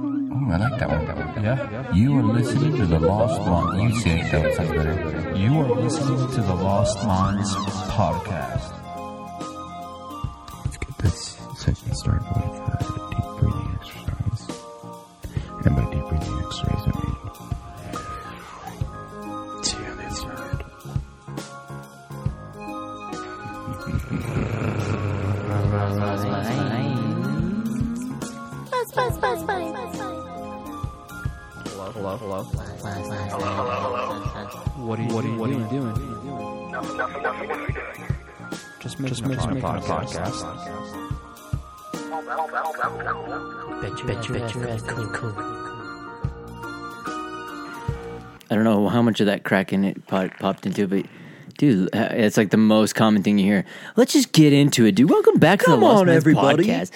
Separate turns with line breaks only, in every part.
Mm, I like that one. That one. Yeah. You are listening to the Lost Lawn. You say it. That sounds better.
You are listening to the Lost Lines podcast.
Let's get this session started with uh, a deep breathing exercise. And by deep breathing exercise, I mean. See how they sound.
Buzz, buzz, buzz, buzz, buzz, buzz.
What are you, doing? What are you doing? Just make, just make, a podcast.
I don't know how much of that crack in it po- popped into, but dude, uh, it's like the most common thing you hear. Let's just get into it, dude. Welcome back to the Lost
on,
Men's
everybody.
podcast.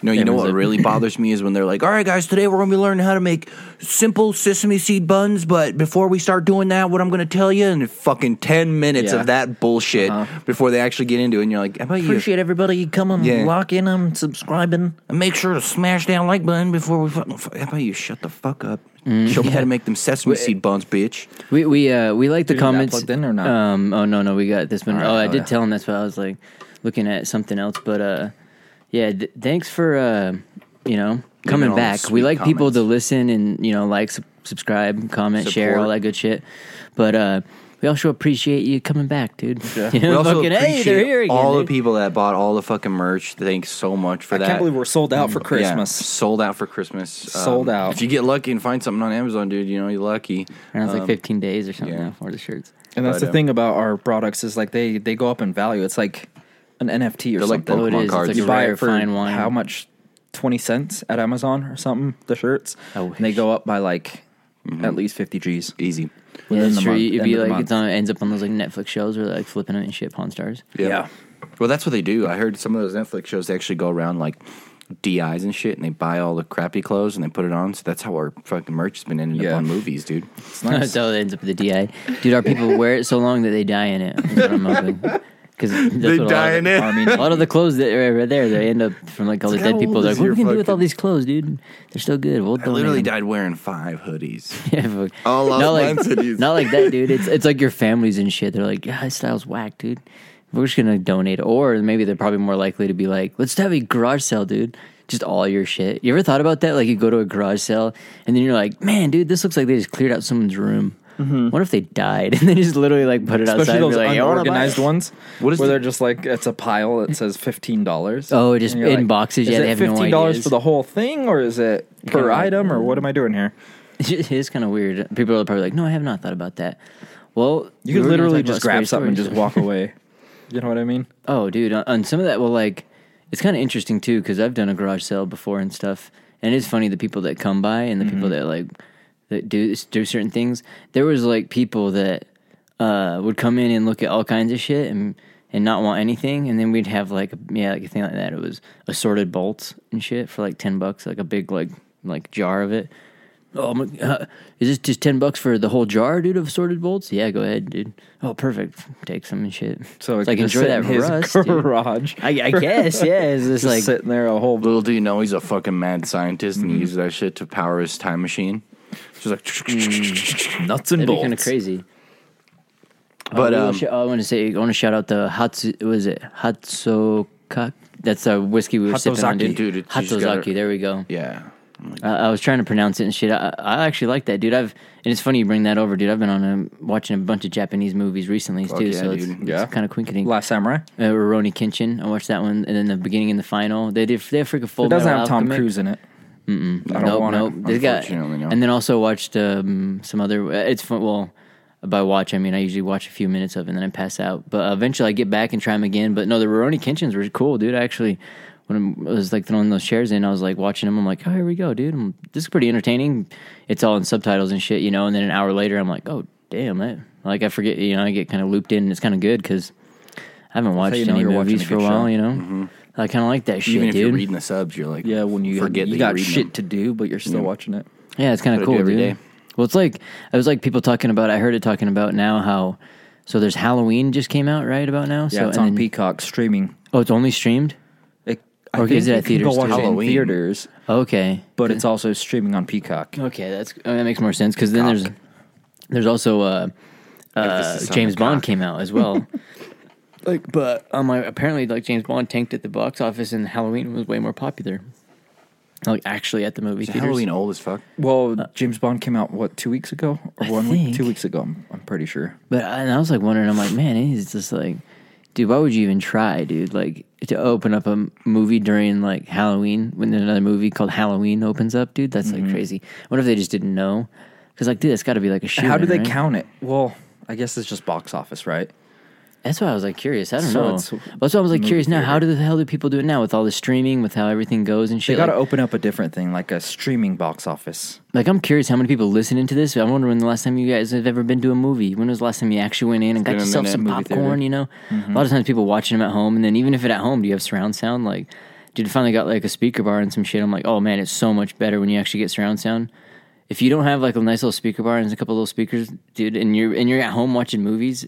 No, you know
Everyone's
what
like-
really bothers me is when they're like, "All right, guys, today we're going to be learning how to make simple sesame seed buns." But before we start doing that, what I'm going to tell you in fucking ten minutes
Yeah.
of that bullshit before they actually get into it, and you're like, "How about you?"
Uh-huh. Appreciate everybody coming,
Yeah.
locking, um, subscribing.
And make sure to smash that like button before we fucking. How about you shut the fuck up?
Mm-hmm.
Show me how to make them sesame seed buns, bitch.
We we uh, we like the comments.
plugged in or not?
Um, oh no no we got this one.
right,
oh I
oh,
did
yeah.
tell him that's why I was like looking at something else. But uh, yeah, th- thanks for uh, you know coming
all the
back. We
sweet
like people to
comments.
listen and you know like sub- subscribe, comment, share,
Support.
all that good shit. But uh, we also appreciate you coming back, dude. Yeah.
We also appreciate
hey, they're here again.
all the
dude.
people that bought all the fucking merch. Thanks so much for
I
that. Mm,
can't believe we're sold out for
Yeah,
Christmas.
sold out for Christmas. Um,
Sold out.
If you get lucky and find something on Amazon, dude, you know you're lucky.
And it's like
Um,
15 days or something
yeah.
now for the shirts.
And that's
But,
the
um,
thing about our products is like they they go up in value. It's like an NFT or
They're like
something.
Pokemon
Oh, it is. It's
cards.
like
you
a
buy
rare
it for
fine wine.
how much? Twenty cents at Amazon or something. The shirts.
I
And they
wish. Mm-hmm.
go up by like at least fifty G's.
Easy.
Yeah,
within
that's
the
true.
month-
It'd
end
be
of the
like
month.
it's on, it ends up on those like Netflix shows where they're like flipping it and shit, Pawn Stars.
Yeah.
Well, that's what they do. I heard some of those Netflix shows they actually go around like DIs and shit, and they buy all the crappy clothes and they put it on. So that's how our fucking merch has been ending
Yeah.
up on movies, dude.
so it ends up at the DI. Dude, our people wear it so long that they die in it. That's what I'm hoping. Because they
die in it.
I mean,
A lot of the clothes that are right there, they end up from like all the
how
dead people.
old
They're
is
like, what are
your
we gonna do with all
fucking-
these clothes, dude? They're still good. We'll
I literally
donate
died wearing five hoodies.
them." Yeah, fuck.
All lost
not like
mine cities.
not like that, dude. It's it's like your families and shit. They're like, yeah, this style's whack, dude. We're just gonna donate, or maybe they're probably more likely to be like, let's have a garage sale, dude. Just all your shit. You ever thought about that? Like you go to a garage sale and then you're like, man, dude, this looks like they just cleared out someone's room. What if they died and they just literally like put it outside?
Mm-hmm. especially
and be
those
like, "Yeah, I wanna buy
unorganized
it."
ones
What is
where
the-
they're just like it's a pile that says fifteen dollars.
Mm. Oh, just in boxes?
Is
Yeah,
it
they have no
fifteen dollars
ideas.
for the whole thing, or is it per
Kinda like- mm.
item, or what am I doing here?
It is kind of weird. People are probably like, no, I have not thought about that. Well, we
You could
were gonna
literally
talk
just
about
grab
scary
something and
stories.
just walk away. You know what I mean?
Oh, dude, on, on some of that, well, like it's kind of interesting too because I've done a garage sale before and stuff, and it's funny the people that come by and the people that like that do do certain things. There was like people that uh, would come in and look at all kinds of shit and and not want anything, and then we'd have like a- yeah, like a thing like that. It was assorted bolts and shit for like ten bucks, like a big like like jar of it. Oh, I'm, like, uh, is this just ten bucks for the whole jar, dude, of assorted bolts? Yeah, go ahead, dude. Oh, perfect. Take some and shit.
So
it's
it
like
can
enjoy
sit in
that
his
rust. dude.
garage.
I, I guess, yeah. It's just,
Just
like
sitting there a whole.
Little do you know, he's a fucking mad scientist and he uses that shit to power his time machine. Just like,
Nuts and
that'd be kind of
bolts.
crazy.
but
Oh, we
um,
sh- oh, I want to say, I want to shout out the Hatsu. Was it Hatsokak? That's the whiskey we were sipping on,
Hatsozaki,
dude.
dude, it's- you just
Hatsozaki.
gotta-
there we go.
yeah,
I, I was trying to pronounce it and shit. I, I actually like that, dude. I've and it's funny you bring that over, dude. I've been on a, watching a bunch of Japanese movies recently too,
yeah,
so it's,
dude.
Yeah.
kind of quinketing.
Last Samurai.
Uh, Roni Kenshin. I watched that one, and then the beginning and the final. They did. They have freaking full.
It doesn't
Metal
have Tom
Alchemist.
Cruise in it. Mm-mm. I don't
nope,
want
nope.
it.
This guy,
Unfortunately, no.
and then also watched um, some other. It's fun. Well, by watch I mean I usually watch a few minutes of it and then I pass out. But uh, eventually I get back and try them again. But no, the Roroni Kitchens were cool, dude. I actually when I was like throwing those chairs in, I was like watching them. I'm like, oh, here we go, dude. i this is pretty entertaining. It's all in subtitles and shit, you know. And then an hour later, I'm like, oh damn it. Like I forget, you know, I get kind of looped in, and it's kind of good because I haven't watched
how you know
any
you're watching
movies
a
for a
good
while,
show. Mm-hmm.
you know. I kind of like that shit,
even if
dude.
you're reading the subs, you're like,
Yeah, when you
forget
you
that
got
you're reading
shit
them.
to do, but you're still watching it.
Yeah, it's kind
Gotta
of
do
cool,
every
dude.
day.
Well, it's like I was like people talking about. I heard it talking about now how. So there's Halloween just came out right about now.
Yeah,
so
it's
and
on
then-
Peacock streaming.
Oh, it's only streamed.
It, I
Or is it at
you can go
theaters
watch
too?
it in
Halloween.
theaters,
Okay.
but it's also streaming on Peacock.
Okay, that's oh, that makes more sense because then there's there's also uh, uh,
Emphasis on
James
the
Bond
cock.
came out as well. like, but um, I- apparently, like James Bond tanked at the box office, and Halloween was way more popular. Like actually at the movie
Is
theaters.
Halloween old as fuck?
Well, James Bond came out what two weeks ago or
I
one
think.
week? Two weeks ago, I'm, I'm pretty sure.
But I- and I was like wondering, I'm like, man, it is just like, dude, why would you even try, dude? Like to open up a m- movie during like Halloween when there's another movie called Halloween opens up, dude. That's
Mm-hmm.
like crazy. What if they just didn't know? Because like, dude, it's got to be like a shoot.
How do they
right?
count it? Well, I guess it's just box office, right?
That's why I was like curious. I don't
So
know.
it's-
That's why I was like curious now. How do the hell do people do it now with all the streaming, with how everything goes and
They
shit?
got to
like,
open up a different thing, like a streaming box office.
like, I'm curious how many people listen into this. I'm wondering when the last time you guys have ever been to a movie. When was the last time you actually went in and got
been a
yourself
minute,
some
movie
popcorn?
theater. Mm-hmm.
You know, a lot of times people watching them at home, and then even if it at home, do you have surround sound? Like, dude, finally got like a speaker bar and some shit. I'm like, oh man, it's so much better when you actually get surround sound. If you don't have like a nice little speaker bar and a couple little speakers, dude, and you're and you're at home watching movies,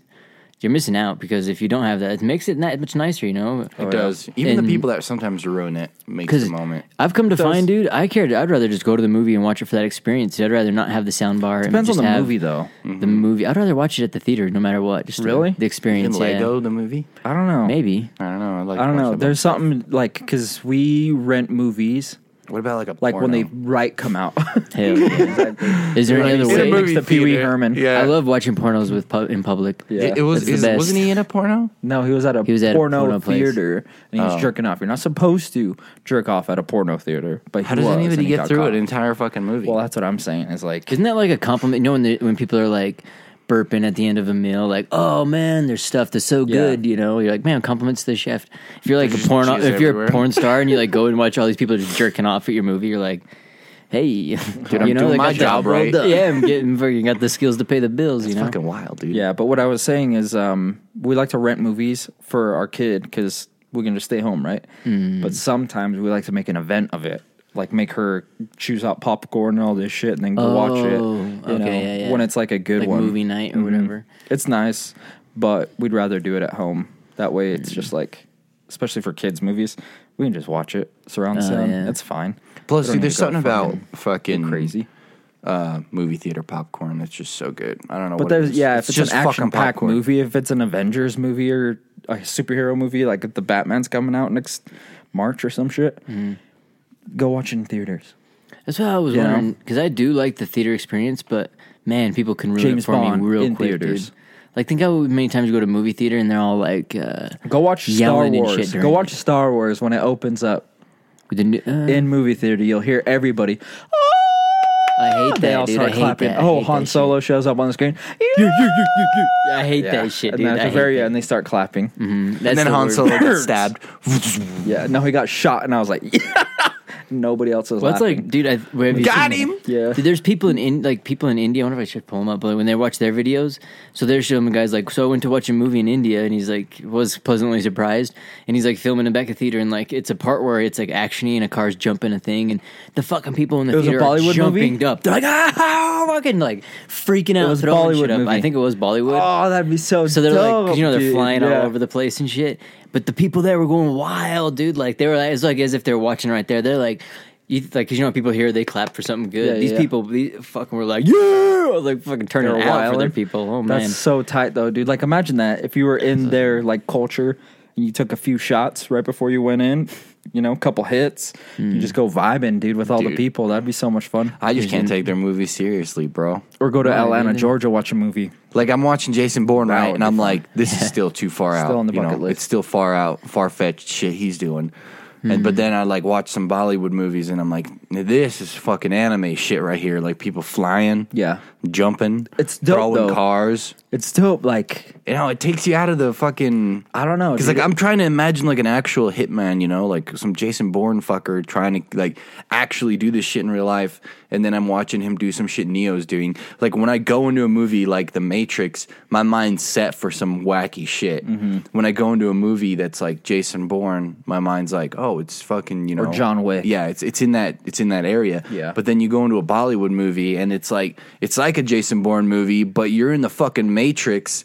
you're missing out because if you don't have that, it makes it that much nicer. You know,
Oh,
It does. Oh, Even
And-
the people that sometimes ruin it makes
because
the moment.
I've come to find, dude, I cared. I'd rather just go to the movie and watch it for that experience. I'd rather not have the sound bar. and
Depends on
just
the
have
movie, though.
Mm-hmm.
The movie. I'd rather watch it at the theater, no matter what. Just the-
Really?
the, experience.
Even Lego,
yeah.
the movie.
I don't know.
maybe.
I don't know. I like.
I don't
watching
know.
a bunch
There's
of stuff.
something like because we rent movies
What about like a
like when they
porno?
right come out.
Hell yeah. Is there any other
in a
way?
movie the Pee Wee
theater.
Herman.
Yeah,
I love watching pornos with pub- in public.
Yeah.
It, it was.
That's
Is,
the best.
wasn't he in a porno?
No, he was at a
He was at a
porno,
porno place.
theater and he was jerking off. You're not supposed to jerk off at a porno theater, but
How does anybody get through
it?
an entire fucking movie?
Well, that's what I'm saying. Is like
Isn't that like a compliment? You know, when, the, when people are like burping at the end of a meal, like, oh man, their stuff that's so good, you know? You're like, man, compliments to the chef. If you're like a
There's
porn,
cheese
if you're
everywhere.
a porn star and you like go and watch all these people just jerking off at your movie, you're like, hey,
I'm
you know,
doing
they
my
got the-
job right.
Yeah, I'm getting fucking got the skills to pay the bills, you
It's
know?
fucking wild, dude.
yeah. But what I was saying is, um, we like to rent movies for our kid because we can just stay home, right?
Mm.
But sometimes we like to make an event of it, like make her choose out popcorn and all this shit, and then go watch it.
Oh,
you
okay,
know,
yeah, yeah.
When it's like a good
Like
one, Mm-hmm.
movie night or whatever.
It's nice, but we'd rather do it at home. That way,
Mm.
it's just like, especially for kids movies, we can just watch it surround sound.
Oh, yeah.
It's fine. We don't
Plus, dude,
need
there's
to go
something about
fucking
fucking
crazy.
uh, movie theater popcorn that's just so good. I don't know.
But
what
there's
it is.
yeah, if it's,
just
an action
fucking
packed
popcorn.
movie, if it's an Avengers movie or a superhero movie, like if the Batman's coming out next March or some shit, go watch it in theaters.
That's what I was
You know?
wondering because I do like the theater experience, but man, people can ruin
James
it for
Bond
me real
in
quick,
theaters.
dude. Like, think how many times you go to a movie theater and they're all like, uh,
Go watch Star
Yelling and shit
Wars.
during
Go
it.
watch Star Wars when it opens up
with the new- uh,
in movie theater. You'll hear everybody. Oh,
I hate that,
They all
dude. I
start
hate
clapping.
that. I
Oh,
hate
Han
that shit.
Solo shows up on the screen.
I hate
Yeah.
that shit,
And
dude.
then at
I
the
hate
very uh,
that. Mm-hmm.
end, they start clapping.
That's
And then
the
Han
word.
Solo gets stabbed.
Yeah. No, he got shot, and I was like, nobody else was
Well, it's
laughing.
like, dude, I where have you
Got
seen
him!
that?
Yeah.
Dude, there's people in, in like people in India. I wonder if I should pull them up. But when they watch their videos, so there's some guys like, so I went to watch a movie in India, and he's like, was pleasantly surprised, and he's like filming in back of theater, and like it's a part where it's like actiony, and a car's jumping a thing, and the fucking people in the
was a
theater are
Bollywood
jumping
movie?
up. They're like, ah, fucking like freaking out,
was a
throwing shit
Bollywood
up. I
movie.
think it was Bollywood.
oh, that'd be so.
So they're like, 'cause, you know, they're
dope,
flying
dude. Yeah.
all over the place and shit. But the people there were going wild, dude. Like they were, like, it's like as if they're watching right there. They're like, you like, 'cause you know, how people here they clap for something good.
Yeah,
these
yeah.
people, these fucking were like, yeah, I was like fucking turning
They're
out for their
wildin'.
people. Oh
That's
man,
so tight though, dude. Like imagine that if you were in their like culture and you took a few shots right before you went in, you know, a couple hits, you just go vibing, dude, with all the
Hmm. Dude.
people. That'd be so much fun.
I just can't take their movie seriously, bro.
or go to Atlanta,
really?
Georgia, watch a movie.
Like I'm watching Jason Bourne
That
right,
would
and
be
I'm
fun.
like, this is still too far out.
Still on the
you know?
bucket list.
It's still far out, far fetched shit he's doing. And
Hmm.
but then I like watch some Bollywood movies, and I'm like, this is fucking anime shit right here. Like people flying,
Yeah.
jumping,
It's dope,
throwing
though.
cars.
It's still like
You know, it takes you out of the fucking.
I don't know,
Because like
dude.
I'm trying to imagine like an actual hitman, you know, like some Jason Bourne fucker trying to like actually do this shit in real life, and then I'm watching him do some shit Neo's doing. Like when I go into a movie like The Matrix, my mind's set for some wacky shit.
Mm-hmm.
When I go into a movie that's like Jason Bourne, my mind's like, oh, it's fucking you know
John Wick.
Yeah, it's it's in that it's in that area.
Yeah.
But then you go into a Bollywood movie, and it's like it's like a Jason Bourne movie, but you're in the fucking Matrix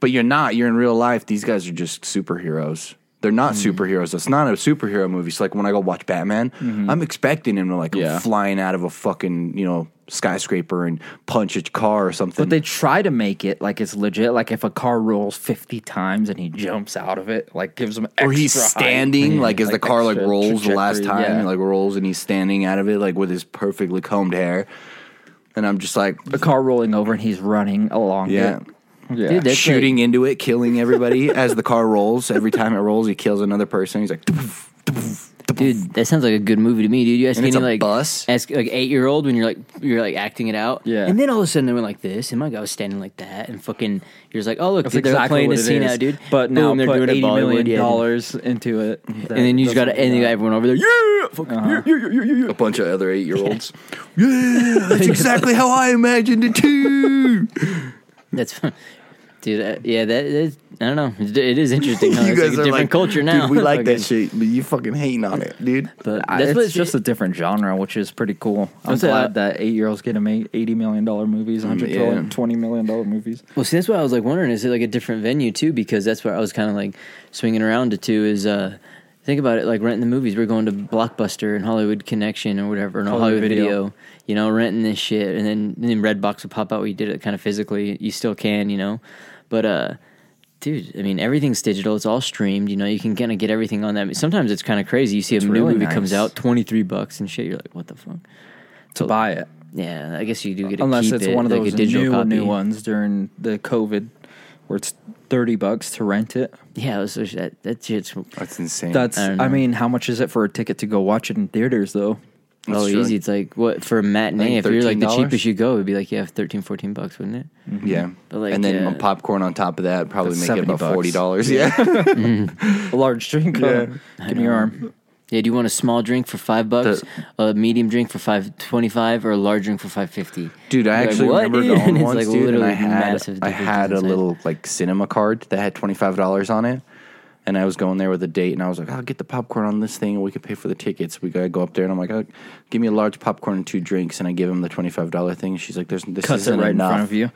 but you're not. You're in real life. These guys are just superheroes. They're not
Mm-hmm.
superheroes. It's not a superhero movie. So like when I go watch Batman,
Mm-hmm.
I'm expecting him to like
Yeah.
flying out of a fucking you know skyscraper and punch a car or something.
But they try to make it like it's legit. Like if a car rolls fifty times and he jumps out of it, like gives him extra
or he's
height.
standing like as the car like
extra
rolls the last time
trajectory, yeah.
like rolls and he's standing out of it like with his perfectly combed hair and i'm just like
the car rolling over and he's running along.
yeah
it. yeah.
Dude, that's
shooting into it killing everybody as the car rolls every time it rolls he kills another person he's like "Doof, doof, doof."
Dude, that sounds like a good movie to me, dude. You ask
And
any
it's a
like
bus?
ask like eight year old when you're like you're like acting it out,
Yeah.
And then all of a sudden they were like this, and my guy was standing like that, and fucking you're just like, oh look,
That's
dude, they're
exactly
playing
what
a
it
scene
is.
out, dude.
But
Boom,
now
they're
put
doing
eighty
a Bollywood,
million
yeah.
dollars into it,
and then you just got to, and you got everyone over there, yeah, fucking, yeah, yeah, yeah, yeah, yeah.
a bunch of other eight-year-olds yeah that's exactly how i imagined it too
That's fun. dude. Uh, yeah, that is. I don't know. It- It is interesting. Huh?
you
it's like a
guys are
different
like
culture now.
dude, we like that
Fucking-
shit but you fucking hating on it dude
But
That's
that's
it's
what's
just a different genre, which is pretty cool. I'm
What's
glad
that?
that eight year olds get to make eighty million dollar movies, hundred
yeah.
million, twenty million dollar movies.
Well, see, that's why I was like wondering is it like a different venue too? Because that's where I was kind of like swinging around to too. Is uh, think about it like renting the movies. We're going to Blockbuster and Hollywood Connection or whatever, and
Hollywood
Hollywood
Video.
Video. You know, renting this shit, and then and then Redbox would pop out. We did it kind of physically. You still can, you know, but uh. Dude, I mean, everything's digital. It's all streamed. You know, you can kind of get everything on that. I mean, sometimes it's kind of crazy. You see a new
really
movie comes
nice.
out, twenty three bucks and shit. You're like, what the fuck?
To buy it,
Yeah, I guess you do get to
unless
keep
it's
it,
one of
like
those
a digital
new
copy.
new ones during the COVID, where it's thirty bucks to rent it.
Yeah, it was, that that shit's
that's insane
That's,
I don't
I
know.
mean, how much is it for a ticket to go watch it in theaters though?
oh
true.
easy. It's like what for a matinee.
I
If
think
you're like the
$13?
cheapest you go, it'd be like yeah, 13, 14 bucks, wouldn't it?
Hmm.
Yeah,
But, like,
and then
yeah.
on popcorn on top of that probably
That's
make it about
$70.
forty dollars. Yeah,
A large drink. Yeah. Give me your arm.
Yeah, do you want a small drink for five bucks, a medium drink for five twenty five, or a large drink for five fifty?
dude. I
Like,
actually
what,
remember
dude?
going
It's,
once,
like,
dude, and I
literally
had
massive
I had a
differences in size.
little like cinema card that had twenty five dollars on it, and I was going there with a date, and I was like, I'll get the popcorn on this thing, and we can pay for the tickets. We gotta go up there, and I'm like, oh, give me a large popcorn and two drinks, and I give him the twenty five dollar thing. and She's like, there's this
Cuts it
isn't
right in
enough.
front of you.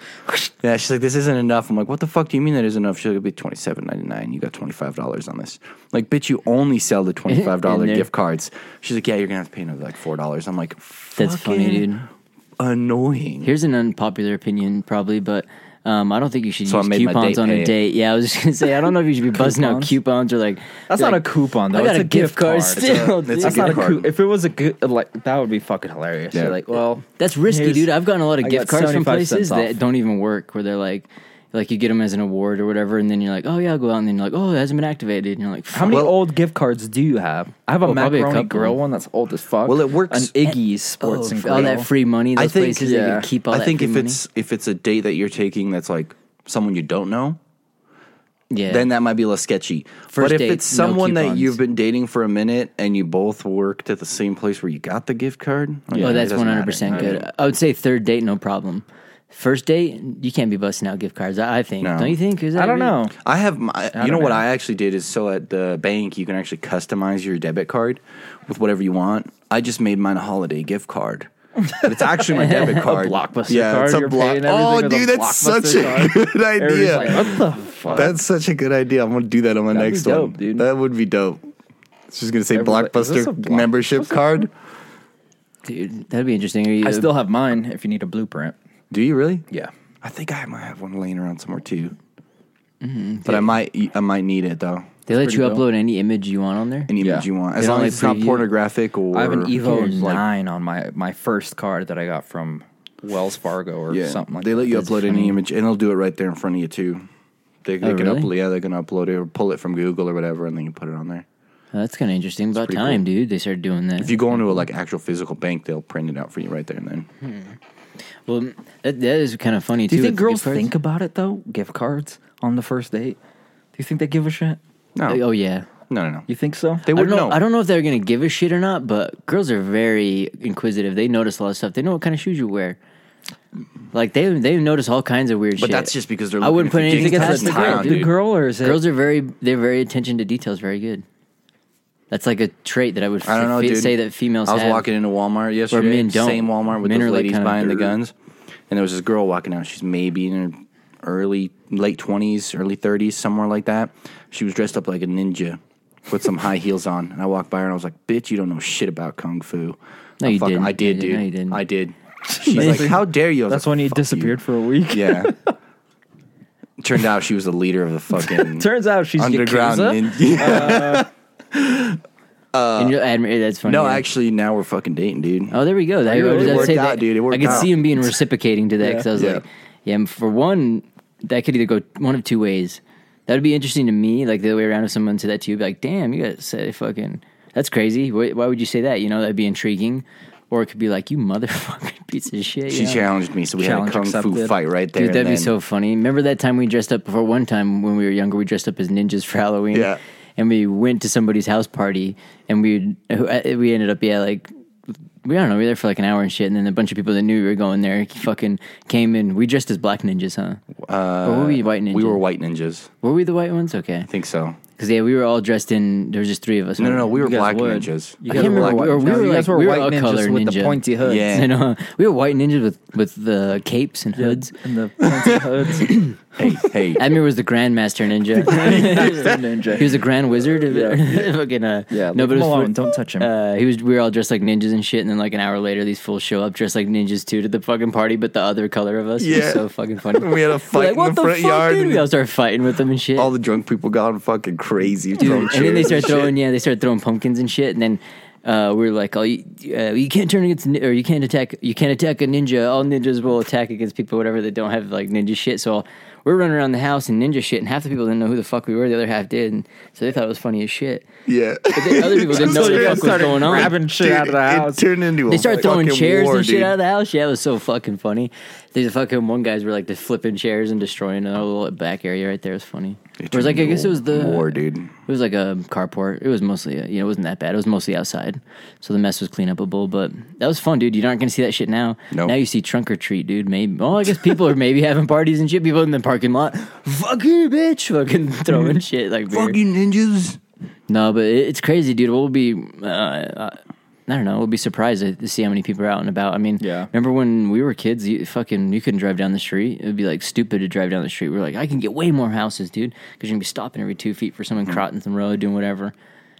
Yeah, she's like, this isn't enough. I'm like, what the fuck do you mean that isn't enough? She's like, it'll be twenty seven ninety nine. You got twenty five dollars on this. I'm like, bitch, you only sell the twenty five dollar
In there.
gift cards. She's like, yeah, you're gonna have to pay another like four dollars. I'm like,
That's funny,
"Fucking
dude.
Annoying.
Here's an unpopular opinion, probably, but um, I don't think you should
So I
use
made my
coupons
date
on
pay
a
it.
date. Yeah, I was just gonna say I don't know if you should be buzzing out
Coupons?
coupons or like
That's
like,
not a coupon though.
I got
It's
a, gift card,
It's a-
still.
it's a
dude.
That's not a
gift
coup.
card.
If it was a good, like that would be fucking hilarious.
Yeah.
You're like, well,
That's risky,
Here's-
dude. I've gotten a lot of
I
gift
got
cards from
75 cents
places that
off.
don't even work, where they're like, like you get them as an award or whatever, and then you're like, oh yeah, I'll go out, and then you're like, oh, it hasn't been activated, and you're like,
How many old gift cards do you have? I have a
oh,
Well, probably a
macaroni
couple.
grill one that's old as fuck.
Well, it
An
works-
Iggy's
oh,
Sports and Grill.
all that free money? Those
I think
places that could keep all
I
that
think
free
if
money?
it's if it's a date that you're taking that's like someone you don't know,
yeah,
then that might be less sketchy.
First
but if
date,
it's
no
someone that
coupons.
you've been dating for a minute and you both worked at the same place where you got the gift card, like,
oh,
it
that's
doesn't
one
matter.
hundred percent
I mean,
good. I would say third date, no problem. First date, you can't be busting out gift cards. I I think,
No.
don't you think? Is that
I don't
really-
know.
I have my. you know
don't
what
know.
I actually did is so at the bank you can actually customize your debit card with whatever you want. I just made mine a holiday gift card. But it's actually my debit card.
Blockbuster
yeah,
card.
It's a
you're
block.
paying everything
Oh,
with a
dude, that's such
Blockbuster
a
card.
good
Everybody's
idea.
like, what the fuck?
that's such a good idea. I'm gonna do that on my
That'd be
next
dope,
one.
dude.
That would be dope. She's gonna say
Everybody- is this a
Blockbuster
Block-
membership card.
dude. That'd be interesting. Are you,
I still have mine. If you need a blueprint,
Do you really?
yeah.
I think I might have one laying around somewhere too.
Mm-hmm.
But I might, I might need it though.
they let
pretty
you
dope.
upload any image you want on there.
Any
Yeah.
image you want,
They
as
don't
long
like
as it's not
preview?
pornographic or
I have an Evo
cares? Like-
nine on my my first card that I got from Wells Fargo or something like
they
that.
let you
That's
upload any
funny.
image, and they'll do it right there in front of you too. They, they
Oh,
can
really?
upload, yeah, they can upload it or pull it from Google or whatever, and then you put it on there.
Oh, that's kind of interesting. About
pretty cool.
time, dude. They started doing that.
If you go into a like actual physical bank, they'll print it out for you right there and then.
well, that, that is kind of funny too.
Do you think
with the gift
girls
cards.
think about it though? Gift cards on the first date. Do you think they give a shit?
No,
Oh yeah.
no, no, no.
You think so?
They
I don't
wouldn't
know,
know.
I don't know if they're gonna give a shit or not, but girls are very inquisitive. They notice a lot of stuff. They know what kind of shoes you wear. Like they they notice all kinds of weird
But
shit.
that's just because they're
I wouldn't put
looking for
anything
jeans,
past
that's
the
the
girl.
town,
the
Dude.
girl or is it
Girls are very they're very attention to details, very good. That's like a trait that I would
I don't know,
f-
dude.
say that females.
I was
have.
walking into Walmart yesterday.
men don't.
Same Walmart with
Men
those
are, like,
ladies
kinda
buying the
dirt.
guns, and there was this girl walking out. She's maybe in her early, late twenties, early thirties, somewhere like that. She was dressed up like a ninja, with some high heels on, and I walked by her and I was like, "Bitch, you don't know shit about kung fu."
No,
I
you
fucking-
didn't.
I did,
You
dude.
didn't. No, you didn't.
I did. She's like, "How dare you?" I was
That's
like,
when you
"Fuck you."
disappeared for a week.
Yeah. Turned out she was the leader of the fucking
Turns out she's
underground
Yakuza.
ninja.
and you're admir- that's funny.
no,
yeah.
actually, now we're fucking dating, dude.
Oh, there we go. That,
It
I was
really
gonna
worked
say
out,
that-
dude. It worked
I could
out.
see him being reciprocating to that because I was
Yeah.
like, yeah, and for one, that could either go one of two ways. That would be interesting to me, like the other way around if someone said that to you, be like, damn, you got say fucking, that's crazy. Why, why would you say that? You know, that'd be intriguing. Or it could be like, you motherfucking piece of shit. you
She
know?
challenged me, so we had a
Challenge
kung fu
accepted.
fight right there.
Dude, that'd be
and then.
so funny. Remember that time we dressed up before one time when we were younger, we dressed up as ninjas for Halloween.
Yeah.
And we went to somebody's house party and we uh, we ended up yeah like we I don't know, we were there for like an hour and shit and then a bunch of people that knew we were going there fucking came in. We dressed as black ninjas, huh? or were we white ninjas?
uh, We were white ninjas.
Were we the white ones? Okay.
I think so.
Cuz yeah, we were all dressed in there was just three of us.
No, no, no. We were
guys
black
would.
ninjas.
You
I
guys
can't
were
remember
white-
what- or we
no,
were
you guys
like-
were
we were
white
all
ninjas
colored
with the
ninja.
pointy hoods.
Yeah.
I know. We were white ninjas with with the capes and hoods.
and the pointy hoods.
Hey, hey.
Admir was the grandmaster ninja.
ninja.
He was a grand wizard.
Yeah.
Fucking uh,
Yeah,
no,
leave
but it
him
was-
alone. Don't touch him.
Uh, he was. We were all dressed like ninjas and shit. And then like an hour later, these fools show up dressed like ninjas too to the fucking party, but the other color of us. It was
Yeah.
so fucking funny.
We had a
We're
fight in
what
the front
fuck,
yard
dude?"
and-
We all start fighting with them and shit.
All the drunk people gone fucking crazy. throwing
Dude, and then they
chairs
start
shit.
throwing, yeah, they start throwing pumpkins and shit. And then uh, we are like, oh, you, uh, you can't turn against, nin- or you can't attack, you can't attack a ninja. All ninjas will attack against people, whatever that don't have like ninja shit. So we're running around the house in ninja shit, and half the people didn't know who the fuck we were. The other half did, and so they thought it was funny as shit.
Yeah.
But the other people didn't know what the fuck was going on.
grabbing shit out of the
it
house.
turned into a
They started throwing
fucking
chairs
war,
and shit
dude.
out of the house. Yeah, it was so fucking funny. These fucking one guys were like the flipping chairs and destroying our little back area right there. It was funny. It was
turned
like I
into
guess it
a
was the
war, dude.
It was like a carport. It was mostly uh, you know it wasn't that bad. It was mostly outside, so the mess was clean upable. But that was fun, dude. You're not gonna see that shit now.
Nope.
Now you see trunk or treat, dude. Maybe well, I guess people are maybe having parties and shit. People in the parking lot, fuck you, bitch, fucking throwing shit like beer.
Fucking ninjas.
No, but it, it's crazy, dude. We'll be, uh, uh, I don't know, we'll be surprised to to see how many people are out and about. I mean,
Yeah.
Remember when we were kids? You fucking, you couldn't drive down the street. It would be like stupid to drive down the street. We are like, I can get way more houses, dude, because you're gonna be stopping every two feet for someone
Mm-hmm.
crossing the road doing whatever.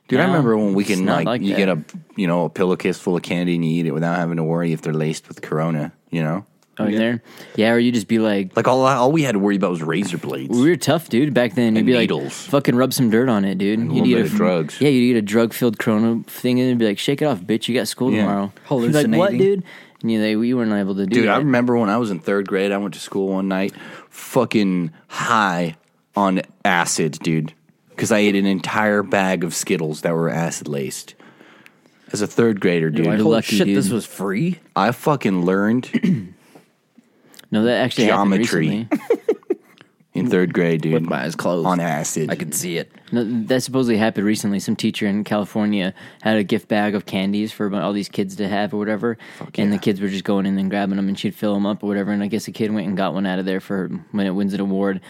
Dude, I
Now,
remember when we
it's
can
not
like, you
that.
get a you know a pillowcase full of candy and you eat it without having to worry if they're laced with Corona. You know,
oh yeah. there, yeah, or you just be like.
like all all we had to worry about was razor blades.
We were tough, dude. Back then, you'd
And
be like,
needles.
"Fucking rub some dirt on it, dude."
a little bit of drugs.
Yeah, you'd eat a drug-filled Corona thing, and it'd be like, "Shake it off, bitch. You got school
Yeah.
tomorrow." You'd be Like what,
Hallucinating.
dude? And you like, we weren't able to do.
Dude, I
that.
remember when I was in third grade, I went to school one night fucking high on acid, dude. Because I ate an entire bag of Skittles that were acid laced. As a third grader, dude,
You're
Holy
lucky,
shit,
dude.
this was free.
I fucking learned
No, that actually happened
geometry
recently.
in third grade, dude.
With my eyes closed.
On acid.
I could see it.
No, that supposedly happened recently. Some teacher in California had a gift bag of candies for all these kids to have or whatever, and the kids were just going in and grabbing them, and she'd fill them up or whatever. And I guess a kid went and got one out of there for when it wins an award.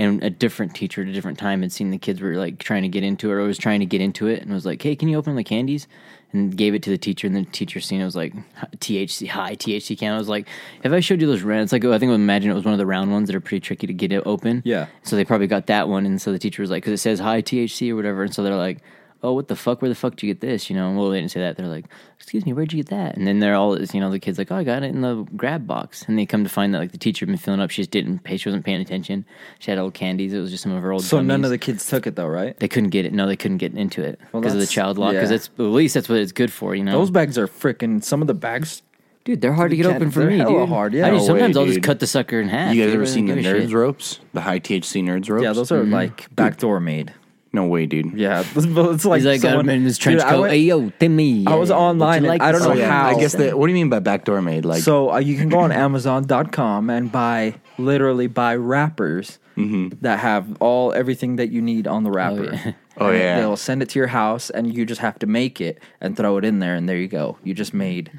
And a different teacher at a different time had seen the kids were like trying to get into it or was trying to get into it and was like, "Hey, can you open the candies?" And gave it to the teacher, and the teacher seen it was like THC high THC count. I was like, "Have I showed you those round?" It's like oh, I think I imagine it was one of the round ones that are pretty tricky to get it open.
Yeah.
So they probably got that one, and so the teacher was like, because it says high THC or whatever, and so they're like, oh, what the fuck? Where the fuck did you get this? You know, well, they didn't say that. They're like, excuse me, where'd you get that? And then they're all, you know, the kids like, oh, I got it in the grab box, and they come to find that like the teacher had been filling up. She just didn't pay. She wasn't paying attention. She had old candies. It was just some of her old.
So none
gummies.
of the kids took it though, right?
They couldn't get it. No, they couldn't get into it because
Well,
of the
that's-
child law. Because
yeah.
that's at least that's what it's good for. You know,
Those bags are freaking. Some of the bags.
dude, they're hard to
You
get open
can't-
for
they're
me, dude.
hella hard, yeah.
I just,
No
sometimes
way,
I'll just
dude.
cut the sucker in half.
you
dude.
guys
I
ever
don't
seen the
give a
nerds
shit.
ropes? The high THC nerds ropes?
Yeah, those
Mm-hmm.
are like backdoor made.
No way, dude.
Yeah, it's like
He's like, got him
someone-
in his trench
Dude, I
coat.
went-
hey, yo, Timmy.
I was
uh, would you
online and
to
I don't know
Oh,
see
yeah.
how-
I guess that. What do you mean by backdoor made? Like,
So uh, you can go on Amazon.com and buy literally buy wrappers
Mm-hmm.
that have all everything that you need on the wrapper.
yeah.
Oh,
And
yeah.
they'll send it to your house, and you just have to make it and throw it in there, and there you go. You just made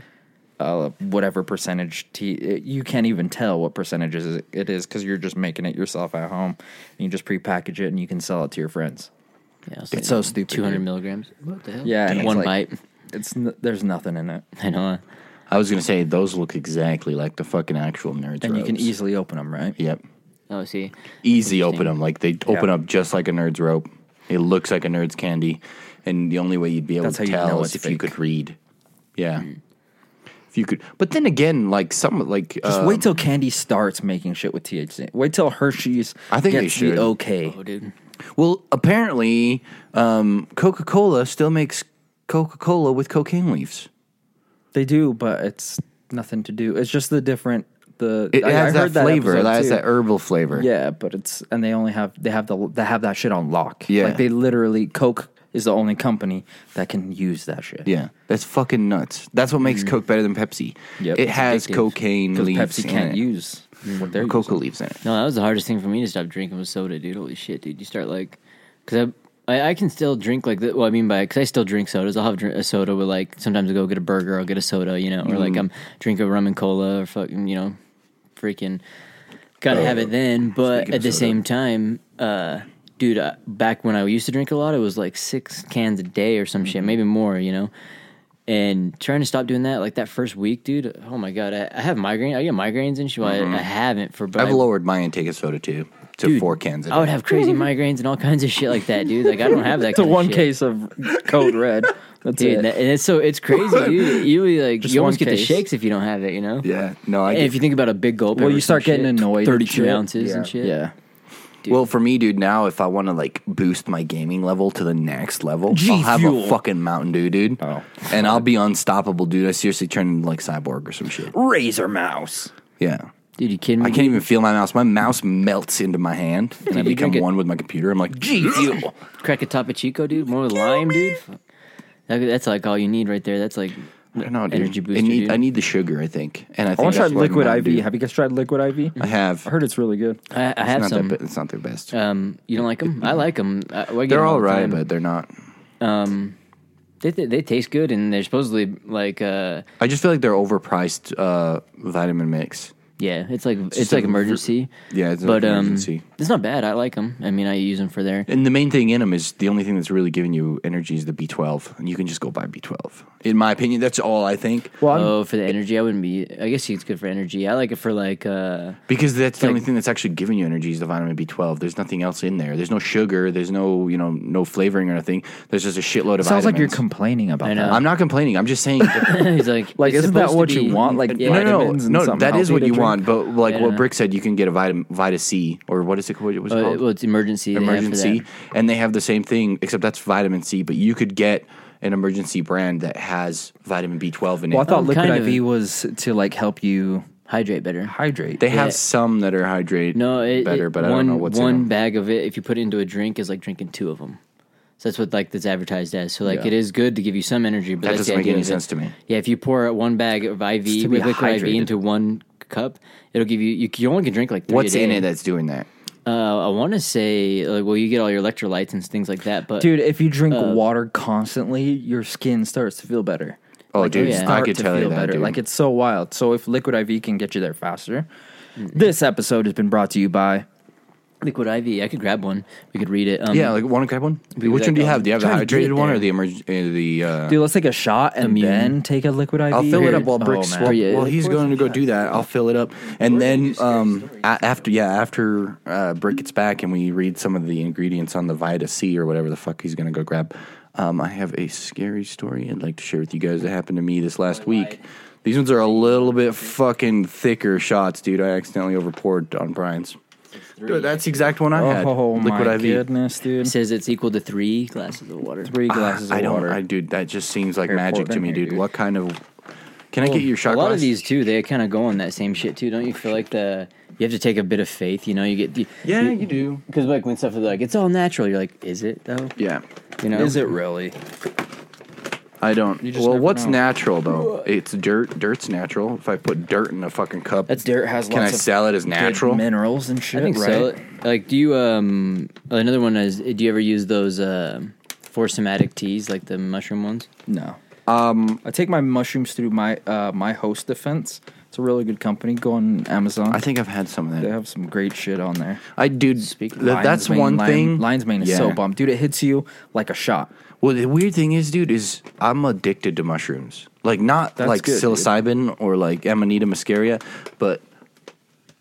uh, whatever percentage. T- you can't even tell what percentage is- it is because you're just making it yourself at home. And you just prepackage it, and you can sell it to your friends.
Yeah,
It's so stupid,
Two hundred
dude.
milligrams. What the hell?
Yeah, and it's
one
like-
bite.
It's n- there's nothing in it,
I know. uh,
I was going to say, those look exactly like the fucking actual nerds
and you can
ropes.
easily open them, right?
Yep.
Oh, see,
easy open them. Like they open up just like a nerd's rope. It looks like a nerd's candy, and the only way you'd be able
That's
to
how you
tell
know
is
it's
if you
fake. Hmm.
could read. Yeah, if you could. But then again, like some like
Just
um,
wait till Candy starts making shit with THC. Wait till Hershey's
I think they
gets
should.
the okay.
Oh, dude.
Well, apparently, um, Coca Cola still makes Coca Cola with cocaine leaves.
They do, but it's nothing to do. It's just the different the
It
I- I
has
heard
that flavor. It
episode,
has
too.
that herbal flavor.
Yeah, but it's and they only have they have the they have that shit on lock.
Yeah.
like they literally Coke is the only company that can use that shit.
Yeah, that's fucking nuts. That's what makes Coke better than Pepsi.
Hmm. Yep.
it has
Addictive.
cocaine
'Cause
leaves.
Pepsi
in
can't
it.
use what they're
coca
using.
leaves in it.
No, that was the hardest thing for me to stop drinking was soda, dude. Holy shit, dude! You start like, because I, I I can still drink like the, what I mean by because I still drink sodas. I'll have dr- a soda with like sometimes I go get a burger, I'll get a soda, you know, or like
Mm-hmm.
I'm drink a rum and cola or fucking you know, freaking gotta have it then. But
Oh, speaking
at
of
the
soda.
same time, uh, dude, uh, back when I used to drink a lot, it was like six cans a day or some
Mm-hmm.
shit, maybe more, you know. And trying to stop doing that, like that first week, dude. Oh my god, I, I have migraine. I get migraines and shit. well,
Mm-hmm.
I, I haven't for. But
I've
I-
lowered my intake of soda too to
Dude,
four cans. A day.
I would have crazy migrains and all kinds of shit like that, dude. Like I don't have that.
It's a
kind of
one
shit.
case of Code Red. That's it.
dude. That, and it's so it's crazy, dude. You really, like
Just
you almost
one
get the
case.
shakes if you don't have it, you know.
Yeah, no, I
And
get
if you think about a big gulp,
well,
or
you
some
start getting
shit,
annoyed. and
Thirty-two
shit.
ounces and shit.
Yeah.
Well, for me, dude, now if I want to like boost my gaming level to the next level, I'll have
Fuel.
a fucking Mountain Dew, dude.
Oh.
and I'll be unstoppable, dude. I seriously turn into like cyborg or some shit.
Razor Mouse.
Yeah,
dude. You kidding me?
I can't even feel my mouse. My mouse melts into my hand, and I
you
become
drink it-
one with my computer. I'm like, gee, fuel.
crack a Topo Chico, dude. More lime, dude. Fuck. That- that's like all you need right there. That's like
I don't know, dude.
energy booster.
I need,
dude.
I need the sugar, I think. And I, think
I want to try
that's why
Liquid IV.
Mountain Dew-
Have you guys tried Liquid IV?
I have.
I heard it's really good.
I, I have
it's not
some.
That, be- it's not their best.
Um, you don't like them? I like them. I, I get 'em
they're all
the
right,
time.
but they're not.
they, they they taste good, and they're supposedly like uh,
I just feel like they're overpriced uh, vitamin mix.
Yeah, it's like it's,
just
like
a-
emergency.
yeah, it's
but
like
um,
emergency.
it's not bad. I like them. I mean, I use them for there.
And the main thing in them is the only thing that's really giving you energy is the B12, and you can just go buy B12. In my opinion, that's all I think
Well, I'm,
Oh, for the energy, I wouldn't be. I guess it's good for energy. I like it for like. uh
because that's the only thing that's actually giving you energy is the vitamin B12. There's nothing else in there. There's no sugar. There's no you know no flavoring or anything. There's just a shitload of.
sounds like you're
vitamins.
complaining about
I know.
that.
I'm not complaining. I'm just saying.
He's like,
Like,
it's
isn't that
supposed to
what you
be-
want? Like,
yeah,
no, no,
vitamins and
no, no.
something
That is
healthy
what
to
you
drink?
want. But like
Yeah.
what Brick said, you can get a vitamin Vita C or what is it? What was it
Uh,
called?
well, it's emergency. they have for
emergency,
that.
and they have the same thing except that's vitamin C. But you could get an emergency brand that has vitamin B12 in it.
Well, I thought
I'm
Liquid
kind of-
IV was to like help you
Hydrate better.
hydrate.
They have some that are hydrated
No, it,
better,
it-
but
one,
I don't know what's
one
in them.
bag of it. If you put it into a drink, is like drinking two of them. So that's what like that's advertised as. So like
Yeah.
it is good to give you some energy, but
That
that's the
doesn't make
idea
any
of it.
sense to me.
Yeah, if you pour out one bag of
to
IV
be
with liquid IV
hydrated.
into one cup, it'll give you you, you only can drink like three
What's
a day.
in it that's doing that?
Uh, I want to say, like, well, you get all your electrolytes and things like that, but
Dude, if you drink
uh,
water constantly, your skin starts to feel better.
Oh, dude,
yeah.
I
Start
could
to
tell you
feel
that.
better.
Dude.
Like it's so wild. So if Liquid IV can get you there faster,
Mm-hmm.
this episode has been brought to you by.
liquid IV, I could grab one. We could read it. Um,
yeah, like want to grab one?
We
Which
like,
one do you
um,
have? Do you have the
trying to get
hydrated one
there.
or the emergency? Uh, the uh,
Dude, let's take a shot and
Immune.
then take a Liquid IV.
I'll fill it
Here-
up while
Oh,
Bricks.
man.
while,
yeah,
while
of
he's going to go do that, I'll fill it up, and then um, a- after yeah, after uh, Brick gets back and we read some of the ingredients on the Vita C or whatever the fuck he's gonna go grab. Um, I have a scary story I'd like to share with you guys that happened to me this last week. These ones are a little bit fucking thicker shots, dude. I accidentally overpoured on Brian's. Dude, that's the exact one I had.
Oh
Liquid
my
IV.
goodness,
It
dude!
says it's equal to three glasses of water. Ah,
Three glasses
Ah, I
of
don't,
water.
I, dude. That just seems like
Here, pour
magic
it
to
in
me,
here,
dude.
dude.
What kind of? Can I get your shot
Oh, a lot
glass?
of these too, they kind of go on that same shit too. Don't you feel like the you have to take a bit of faith? You know, you get the,
yeah, you do.
because like when stuff is like it's all natural, you're like, is it though?
Yeah.
You know,
Is it really?
I don't.
just
Well,
never
what's
know.
natural though? It's dirt. Dirt's natural. If I put dirt in a fucking cup,
That's
Dirt has
Can
lots
I
of
sell it as
good
natural?
minerals and shit.
I think
right?
so. Like, do you um another one is do you ever use those uh, four somatic teas like the mushroom ones?
No. Um, I take my mushrooms through my uh, my host defense. It's a really good company. Go on Amazon.
I think I've had some of
they
that.
have some great shit on there.
I dude.
Speak-
th-
Lion's
that's
Mane-
one
Lion-
thing.
Lion's mane is
Yeah.
so bomb, dude. It hits you like a shot.
Well, the weird thing is, dude, is I'm addicted to mushrooms. Like not
That's
like
good, dude.
psilocybin or like Amanita muscaria, but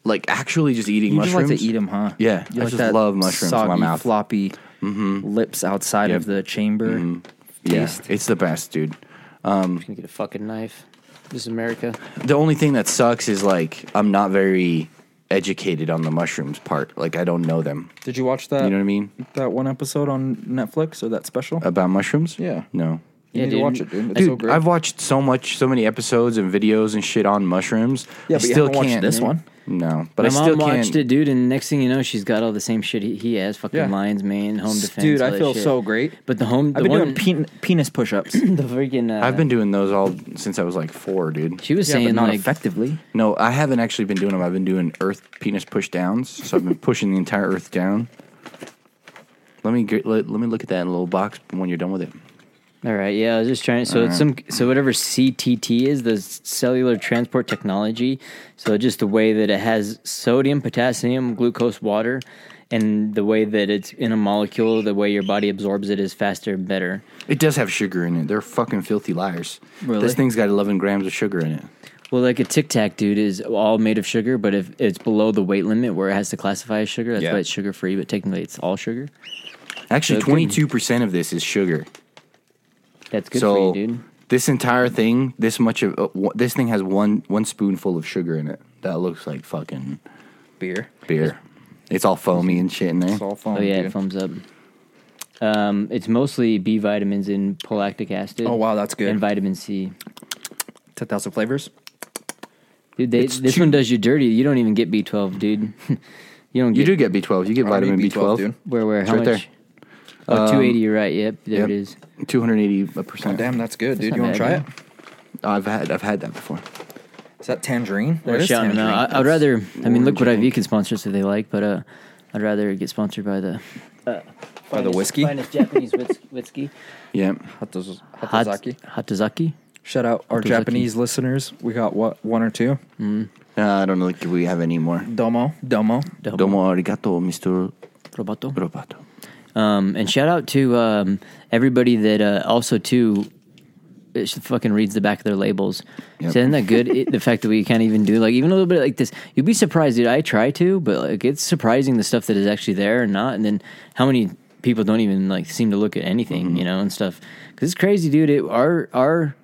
like actually just eating
You
mushrooms.
just like to eat them, huh?
Yeah,
you
I
like
just
that
love mushrooms in my
soggy,
mouth. Mm-hmm.
floppy. lips outside
Yep. Mm-hmm.
of the chamber.
Yes, it's the best, dude.
I'm gonna get a fucking knife. This is America.
The only thing that sucks is like I'm not very educated on the mushrooms part. Like I don't know them.
Did you watch that?
You know what I mean
That one episode on Netflix or that special?
about mushrooms?
Yeah.
No.
you
Yeah,
need
dude.
to watch it, dude. It's
Dude,
so great.
I've watched so much, so many episodes and videos and shit on mushrooms.
Yeah,
I
but you
still
haven't watched
can't.
this one.
No, but
My
I still
mom
can't.
watched it, dude, and next thing you know, she's got all the same shit he, he has. Fucking
Yeah.
lion's mane, home defense.
Dude,
all
I
that
feel
shit.
so great.
But the home, the
I've been
one,
doing pen- penis push-ups.
the freaking. Uh,
I've been doing those all since I was like four, dude.
She was
Yeah,
saying
but not
like,
effectively.
No, I haven't actually been doing them. I've been doing earth penis push downs. So I've been pushing the entire earth down. Let me get, let, let me look at that little box when you're done with it.
all right, yeah, I was just trying. So it's some, so whatever CTT is, the cellular transport technology. So just the way that it has sodium, potassium, glucose, water, and the way that it's in a molecule, the way your body absorbs it is faster, and better.
It does have sugar in it. They're fucking filthy liars.
Really?
This thing's got 11 grams of sugar in it.
Well, like a Tic Tac, dude, is all made of sugar, but if it's below the weight limit where it has to classify as sugar, that's
Yeah.
why it's sugar free. But technically, it's all sugar.
Actually,
So it couldn't-
22% of this is sugar.
That's good
so
for you, dude.
this entire thing, this much of uh, wh- this thing has one one spoonful of sugar in it. That looks like fucking
Beer.
beer. It's all foamy and shit in there.
It's all foam,
Oh yeah, it
dude.
foams up. Um, it's mostly B vitamins and polactic acid.
Oh, wow, that's good.
And vitamin C.
10,000 flavors.
Dude, they,
It's
this
too-
one does you dirty. You don't even get B twelve, dude. you don't. Get,
You do get B12. You get
I need
vitamin B12.
dude.
Where where
It's
how
right there. Um,
much? Oh, 280, You're right. Yep, there it is.
280%.
Oh, Damn, that's good, dude.
not
You
bad,
want to try it?
dude.
I've had I've had that before.
Is that tangerine? That
We're
is
shouting them out.
tangerine.
I, I'd rather. I mean, look what
orange.
IV can sponsor us if they like, but uh, I'd rather get sponsored by the
By the whiskey.
Uh, finest Japanese whis- whiskey.
Yeah.
Hatos-
Hot-
Hatozaki.
Hatozaki.
Shout out our
Hatozaki.
Japanese listeners. We got what one or two.
Uh, I don't know if we have any more.
Domo, domo.
Domo arigato, Mr.
Roboto.
Roboto.
Um, and shout out to um, everybody that uh, also too it just fucking reads the back of their labels.
Yep.
So isn't that good? It, the fact that we can't even do like even a little bit like this, you'd be surprised, dude. I try to, but like it's surprising the stuff that is actually there and not. And then how many people don't even like seem to look at anything,
Mm-hmm.
you know, and stuff. Because it's crazy, dude. It, our our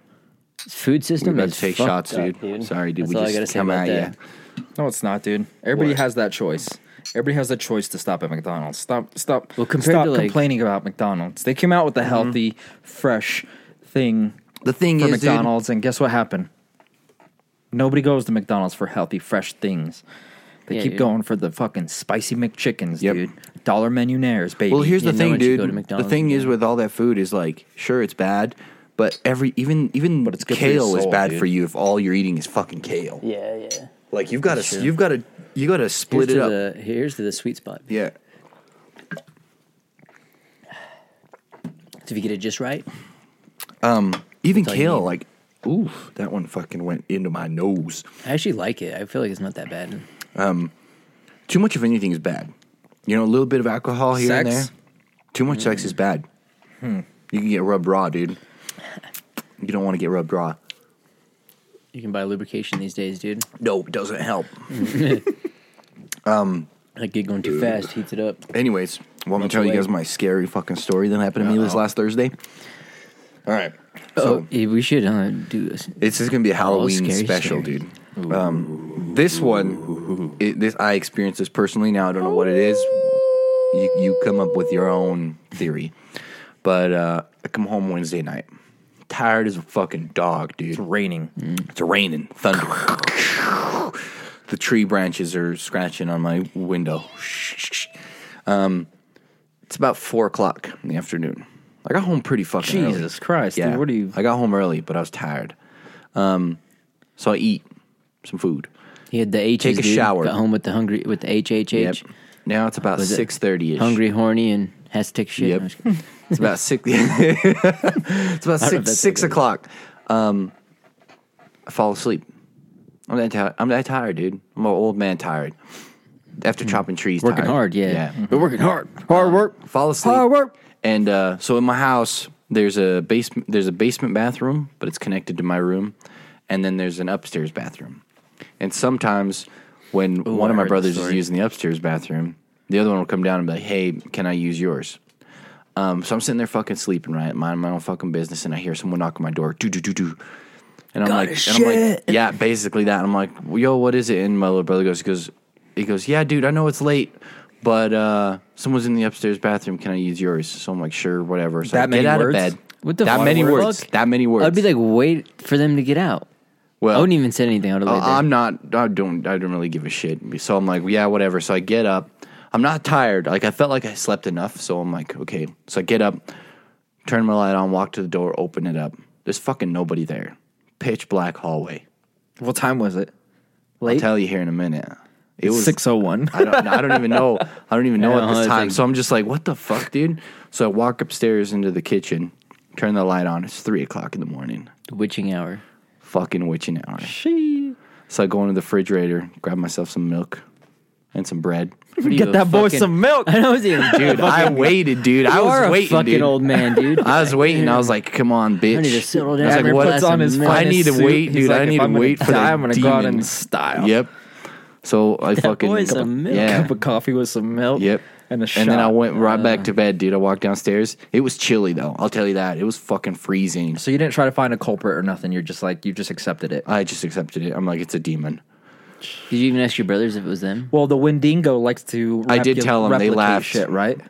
food
We
system
about
is
to take
fucked
shots,
up,
dude. Sorry, dude.
That's all I
we
gotta
just
say
come
about
at
that.
you.
No, it's not, dude. Everybody
What?
has that choice. Everybody has the choice to stop at McDonald's. Stop, stop.
Well, compared
stop
to, like- Mm-hmm.
complaining about McDonald's. They came out with a healthy, fresh thing
The thing
for
is, dude-
McDonald's, and guess what happened? Nobody goes to McDonald's for healthy, fresh things. They
Yeah,
keep
dude.
going for the fucking spicy McChickens,
Yep.
dude. Dollar menu nares, baby.
Well, here's
You
the
know
thing,
when you go
dude.
to
The
McDonald's
thing
and
is
get-
with all that food is like, sure, it's bad, but every even even
But it's good for your
kale is
soul,
bad
dude.
for you if all you're eating is fucking kale.
Yeah, yeah.
Like you've got to you've got to you got to
Here's
split it
to
up.
the here's to the sweet spot.
yeah.
So if you get it just right,
Even
all you
kale,
need.
like, oof, that one fucking went into my nose.
I actually like it. I feel like it's not that bad.
Too much of anything is bad. You know, a little bit of alcohol here and there.
Sex?
Too much sex is
Mm.
bad.
Hmm.
You can get rubbed raw, dude. You don't want to get rubbed raw.
You can buy lubrication these days, dude.
No, it doesn't help.
That gig going too fast heats it up.
Anyways, want me to
Much
tell you
away. Uh-huh.
guys my scary fucking story that happened to me this last Thursday? All right. So
oh, yeah, we should uh, do this.
it's just gonna be a Halloween
Oh, scary,
special,
scary.
dude. Um, this one, it, this I experienced this personally. Now I don't know what it is. You you come up with your own theory, but uh, I come home Wednesday night, tired as a fucking dog, dude. Mm.
raining.
It's raining, thunder. the tree branches are scratching on my window. Um, it's about four o'clock in the afternoon. I got home pretty fucking early.
Jesus Christ, dude, what are you-
I got home early, but I was tired. Um, so I eat some food.
He had the H.
Take a shower.
Got home with the hungry with the H H H.
Now it's about
Was it
six thirty ish.
Hungry, horny, and has to take a shit.
Yep.
I'm just kidding.
It's about six. it's about
know if
six
that's
six
okay.
o'clock. Um, I fall asleep. I'm that tired. I'm that tired, dude. I'm an old man tired. After chopping trees,
Hmm. Working
tired.
hard, yeah.
yeah.
We're working hard. Hard work.
Fall asleep.
Hard work.
And uh, so in my house, there's a basement. There's a basement bathroom, but it's connected to my room, and then there's an upstairs bathroom. And sometimes when one
I
of my
heard this
brothers is
story.
using the upstairs bathroom, the other one will come down and be like, "Hey, can I use yours?" Um, so I'm sitting there fucking sleeping, right? Minding my own fucking business, and I hear someone knock on my door. Do do do do. And I'm
Got
like,
his
and I'm like,
shit.
yeah, basically that. And I'm like, yo, what is it? And my little brother goes, he goes, he goes, yeah, dude, I know it's late, but uh, someone's in the upstairs bathroom. Can I use yours? So I'm like, sure, whatever. So
That
I
many
get out
words?
of bed.
What the
that
fuck?
many words?
Fuck.
That many words?
I'd be like, wait for them to get out.
well,
I wouldn't even said anything. I
Uh,
would have laid there.
I- Uh, I'm not. I don't. I don't really give a shit. So I'm like, yeah, whatever. So I get up. I'm not tired. Like I felt like I slept enough. So I'm like, okay. So I get up, turn my light on, walk to the door, open it up. There's fucking nobody there. Pitch black hallway.
What time was it?
I'll
Late.
tell you here in a minute. It was
Six oh one.
I don't, I don't even know. I don't even know
Yeah,
at this
it's
time.
like-
So I'm just like, what the fuck, dude? So I walk upstairs into the kitchen, turn the light on. It's three o'clock in the morning.
Witching hour.
Fucking witching hour. So I go into the refrigerator, grab myself some milk and some bread.
What are you,
Get
a
that boy
fucking-
some milk.
I know it's even, dude.
Dude, I waited, dude. I
you are
was
a
waiting,
fucking
dude.
old man, dude.
I was waiting. I was like, come on, bitch.
I need to settle down.
I was like,
Cameron
what?
puts on his
I need to
finest
wait,
suit.
dude.
He's like,
I
if
need
I'm
to
gonna
wait for
die,
that
I'm gonna go out
demon.
in style.
Yep. So I fucking
boy's a milk.
yeah.
Cup of coffee with some milk.
Yep.
And a shot. Uh.
And then I went right back to bed, dude. I walked downstairs. It was chilly though. I'll tell you that. It was fucking freezing.
So you didn't try to find a culprit or nothing. You're just like you just accepted it.
I just accepted it. I'm like, it's a demon.
Did you even ask your brothers if it was them?
Well, the Wendigo likes to.
Mm-hmm. I did
repu-
tell 'em, they
replicate
laughed.
Shit, right?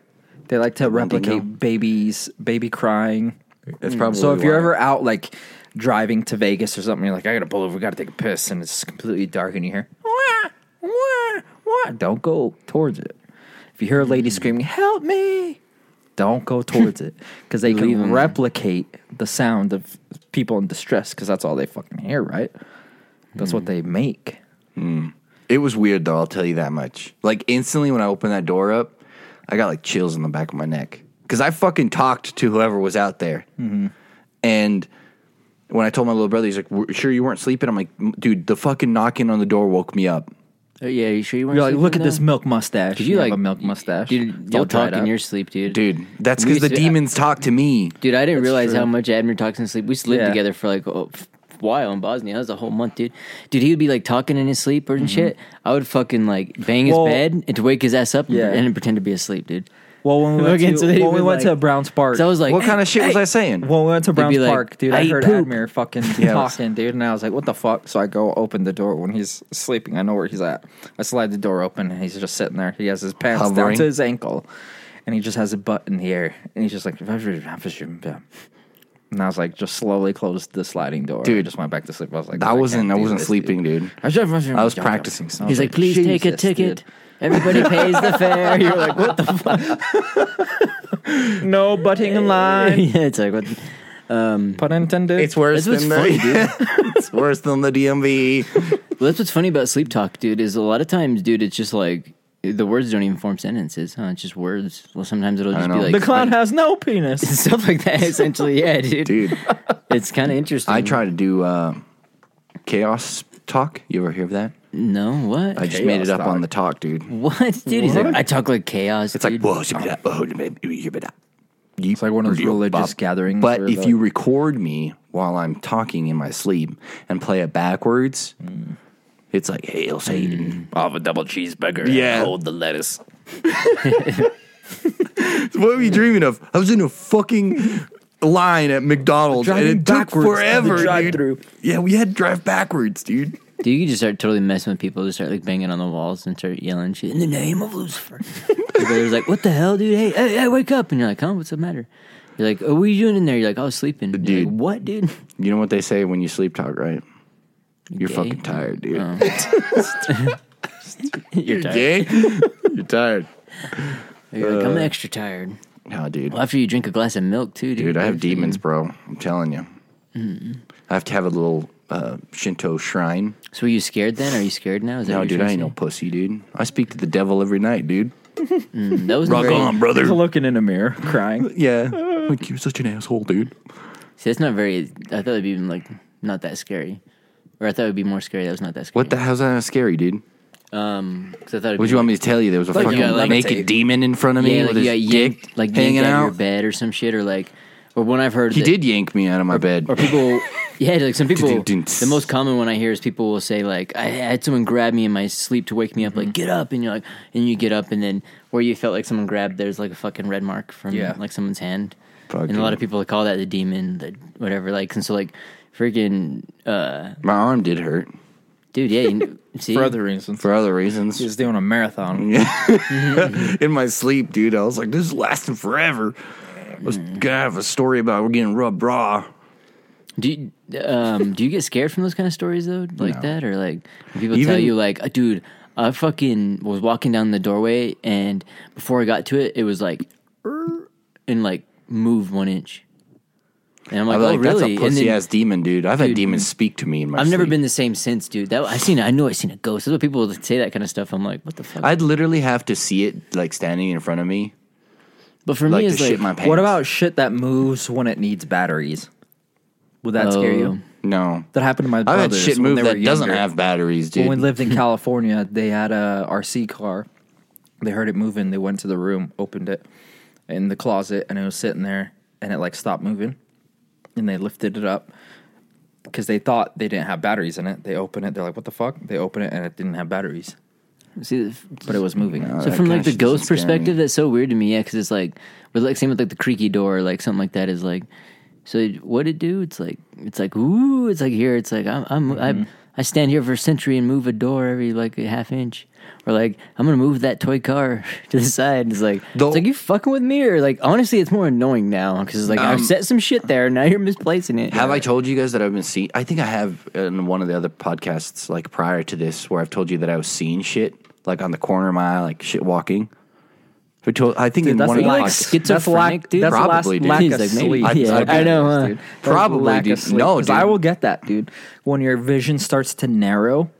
They like to replicate
Wendigo.
babies, baby crying. Mm.
That's probably
So if you're
why.
ever out like driving to Vegas or something, you're like, I gotta pull over, gotta take a piss, and it's completely dark, and you hear, wah, wah, wah. don't go towards it. If you hear a
Mm-hmm.
lady screaming, "Help me!" Don't go towards it because they
Leave 'em
can
there.
replicate the sound of people in distress because that's all they fucking hear, right? That's what
Mm-hmm.
they make.
It was weird though, I'll tell you that much. Like instantly when I opened that door up, I got like chills in the back of my neck cuz I fucking talked to whoever was out there.
Mm-hmm.
And when I told my little brother, he's like, "W- "Sure you weren't sleeping?" I'm like, "M- "Dude, the fucking knocking on the door woke me up."
Oh, yeah, you sure you weren't?
You're like, look at
sleeping,
this
though?"
milk mustache.
Did
you, have a milk
you-
mustache?
Dude,
All
you'll
dried
talk in
up.
your sleep, dude.
Dude, that's
We
cuz the
used to-
demons talked to me.
Dude, I didn't realize
true.
how much Admir talks in his sleep. We used to live
Yeah.
together for like a while in Bosnia. That was a whole month, dude. Dude, he would be like talking in his sleep or and
Mm-hmm.
shit. I would fucking like bang his
Well-
bed and to wake his ass up and-
Yeah.
and, pretend to be asleep, dude.
Well, when we went
Okay,
to,
so they
when we
would,
went
like-
to Browns Park,
So I was like,
what
"Hey,
kind of shit was
hey."
I saying?
when we went to
They'd
Browns
be like,
Park, dude, I,
"I eat
heard
poop."
Admir fucking
Yeah, it was-
talking, dude, and I was like, "What the fuck?" So I go open the door when he's sleeping. I know where he's at. I slide the door open, and he's just sitting there. He has his pants down
Hovering.
to his ankle, and he just has a butt in the air, and he's just like, and I was like, just slowly closed the sliding door.
Dude.
I just went back to sleep. I was like,
I wasn't-
can't
I
do
wasn't
this,
sleeping, dude.
I was,
I was practicing something.
He's like, please take a
Jesus, dude."
ticket. Everybody pays the fare. You're like, what the fuck?
No butting in line.
yeah, it's like, what?
Pun intended.
worse
That's what's funny, dude.
it's worse than the DMV.
Well, that's what's funny about sleep talk, dude. Is a lot of times, dude, it's just like the words don't even form sentences. Huh? It's just words. Well, sometimes it'll just be
know.
like
the clown
like-
has no penis.
stuff like that. Essentially, yeah, dude.
Dude,
It's kind of interesting.
I try to do uh, chaos talk. You ever hear of that?
No, what?
I just made it
Chaos
up on
talk.
the talk, dude.
what, dude? He's like, I talk like chaos.
It's like,
dude.
whoa, shimmy da, oh, shimmy da, da.
It's like one of those
Yo,
religious
bop.
gatherings.
But
where,
if
like-
you record me while I'm talking in my sleep and play it backwards, it's like, hail Satan.
I'll have a double cheeseburger.
Yeah.
and hold the lettuce.
What were you dreaming of? I was in a fucking line at McDonald's and it took forever.
drive-through.
Yeah, we had to drive backwards, dude.
dude, you can just start totally messing with people. Just start like banging on the walls and start yelling shit in the name of Lucifer. Your brother's like, what the hell, dude? Hey, hey, hey, wake up! And you're like, huh? What's the matter? You're like, oh, what are you doing in there? You're like, I was sleeping. Dude,
Dude.
what, dude?
You know what they say when you sleep talk, right? You're
Gay? Oh.
fucking tired, dude.
You're tired.
gay? You're tired.
You're like,
Uh,
I'm extra tired.
No, dude.
Well, after you drink a glass of milk too, dude.
Dude, I have
After
demons,
you- Mm-hmm.
bro. I'm telling you. I have to have a little uh, Shinto shrine.
So, were you scared then? Are you scared now? Is that
No,
what
dude,
you're
I ain't no pussy, dude. I speak to the devil every night, dude.
saying? That was very,
brother.
Looking in a mirror, crying.
Yeah. Like, you're such an asshole, dude.
See, that's not very. I thought it'd be like not that scary, or I thought it'd be more scary. That was not that scary.
What the hell's that scary, dude?
Um, because I thought. it'd
What
be
do you want me to tell you? There was a
you
fucking
gotta, like,
naked
levitate.
demon in front of me
Yeah,
with
like you got
his
yanked,
dick
like
hanging
yanked out, of
out.
your bed or some shit, or like, or when I've heard
He
that-
did yank me out of my bed.
or people Yeah, like some people. the
Dun-dun-dun-ts.
most common one I hear is people will say like, "I had someone grab me in my sleep to wake me up."
Mm-hmm.
Like, get up, and you're like, and you get up, and then where you felt like someone grabbed, there's like a fucking red mark from
Yeah.
like someone's hand. And
Fucking-
a lot of people call that the demon, the whatever. Like, and so like, freaking, uh,
My arm did hurt
dude, yeah. You, see,
for other reasons.
for other reasons.
He's doing a marathon.
in my sleep, dude. I was like, this is lasting forever. I was gonna have a story about we're getting rubbed raw.
Do you, um do you get scared from those kind of stories though, like that, or like when people tell
Even-
you like, "Uh, dude, I fucking was walking down the doorway and before I got to it, it was like, "Er," and like moved one inch, and I'm like,
I'm
oh
like, that's
really?
a
and
pussy
then-
ass demon, dude. I've had
Dude,
demons speak to me in my
I've never
sleep.
been the same since, dude. That I seen, I know I seen a ghost. That's what people say that kind of stuff. I'm like, what the fuck?
I'd literally have to see it like standing in front of me,
but for
like
me,
to
it's like,
shit my pants.
What about shit that moves when it needs batteries? Would that scare
Oh.
you?
no?
That happened to my
I've had
brothers
shit
when
move
they were
that doesn't
younger.
have batteries, dude.
When we lived in California, they had a RC car. They heard it moving. They went to the room, opened it in the closet, and it was sitting there, and it like stopped moving. And they lifted it up because they thought they didn't have batteries in it. They open it. They're like, "What the fuck?" They open it, and it didn't have batteries,
see, the-
but it was moving.
So
Oh, that
from
kinda
like the
shit doesn't
ghost
scare me.
perspective, that's so weird to me. Yeah, because it's like, but like same with like the creaky door, like something like that is like. So it- what it do? It's like it's like ooh, it's like here. It's like I'm I'm
Mm-hmm.
I, I stand here for a century and move a door every like a half inch, or like I'm gonna move that toy car to the side. It's like
The-
it's like you fucking with me, or like honestly, it's more annoying now because it's like I set some shit there, now you're misplacing it.
Um, Have I told you guys that I've been seeing? I think I have in one of the other podcasts, like prior to this, where I've told you that I was seeing shit, like on the corner of my eye, like shit walking. I, told, I think in
that's
one of the
like
podcasts-
schizo- That's lack-
schizophrenic, dude.
that's
Probably, dude.
lack,
He's
lack of
like, maybe-
sleep.
I- Yeah, I know, huh?
dude. That's
Probably,
lack of
dude.
sleep.
No,
'Cause I
dude.
will get that, dude. When your vision starts to narrow,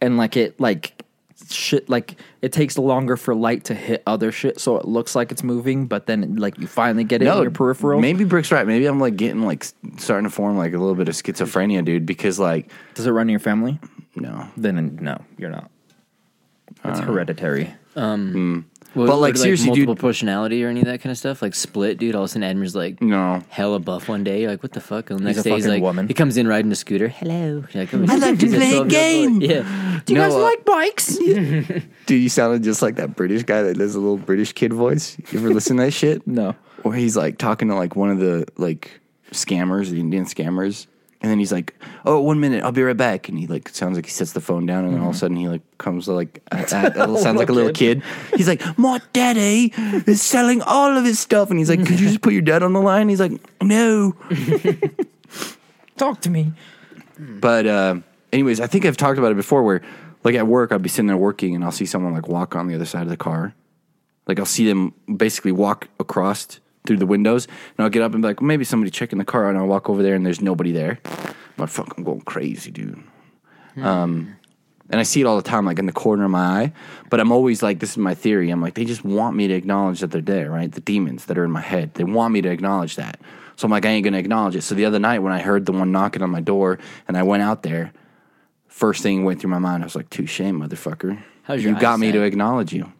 and like it, like shit, like it takes longer for light to hit other shit, so it looks like it's moving, but then like you finally get it in your peripheral.
Maybe Brick's right. Maybe I'm like getting like s- starting to form like a little bit of schizophrenia, dude. Because like
Does it run in your family?
no,
Then no, you're not. It's
Uh.
hereditary.
Well,
But, like,
or,
seriously,
multiple
dude-
personality or any of that kind of stuff, like split, dude. All of a sudden, Admiral's like,
No.
hella buff one day. You're like, what the fuck? And the next
a
day, he's
fucking
like,
woman.
he comes in riding a scooter. Hello, You're like, I
like to play a game.
Yeah, uh,
Do you guys like
bikes?
uh, dude, you sounded just like that British guy that does a little British kid voice. You ever listen to that shit?
No.
Where he's like talking to like one of the like scammers, the Indian scammers. And then he's like, "Oh, one minute, I'll be right back." And he like sounds like he sets the phone down, and then all
Mm-hmm.
of a sudden he like comes to like a, a, a- sounds like a little kid. He's like, "My daddy is selling all of his stuff," and he's like, "Could you just put your dad on the line?" He's like, "No."
Talk to me.
But uh, anyways, I think I've talked about it before. Where like at work, I'll be sitting there working, and I'll see someone like walk on the other side of the car. Like I'll see them basically walk across through the windows, and I'll get up and be like, maybe somebody checking the car, and I'll walk over there, and there's nobody there. I'm like, fuck, I'm going crazy, dude.
Hmm.
Um, and I see it all the time, like in the corner of my eye. But I'm always like, this is my theory. I'm like, they just want me to acknowledge that they're there, right? The demons that are in my head, they want me to acknowledge that. So I'm like, I ain't gonna acknowledge it. So the other night when I heard the one knocking on my door, and I went out there, first thing went through my mind, I was like, touche, motherfucker.
How's
you
your
got me
eyesight?
to acknowledge you.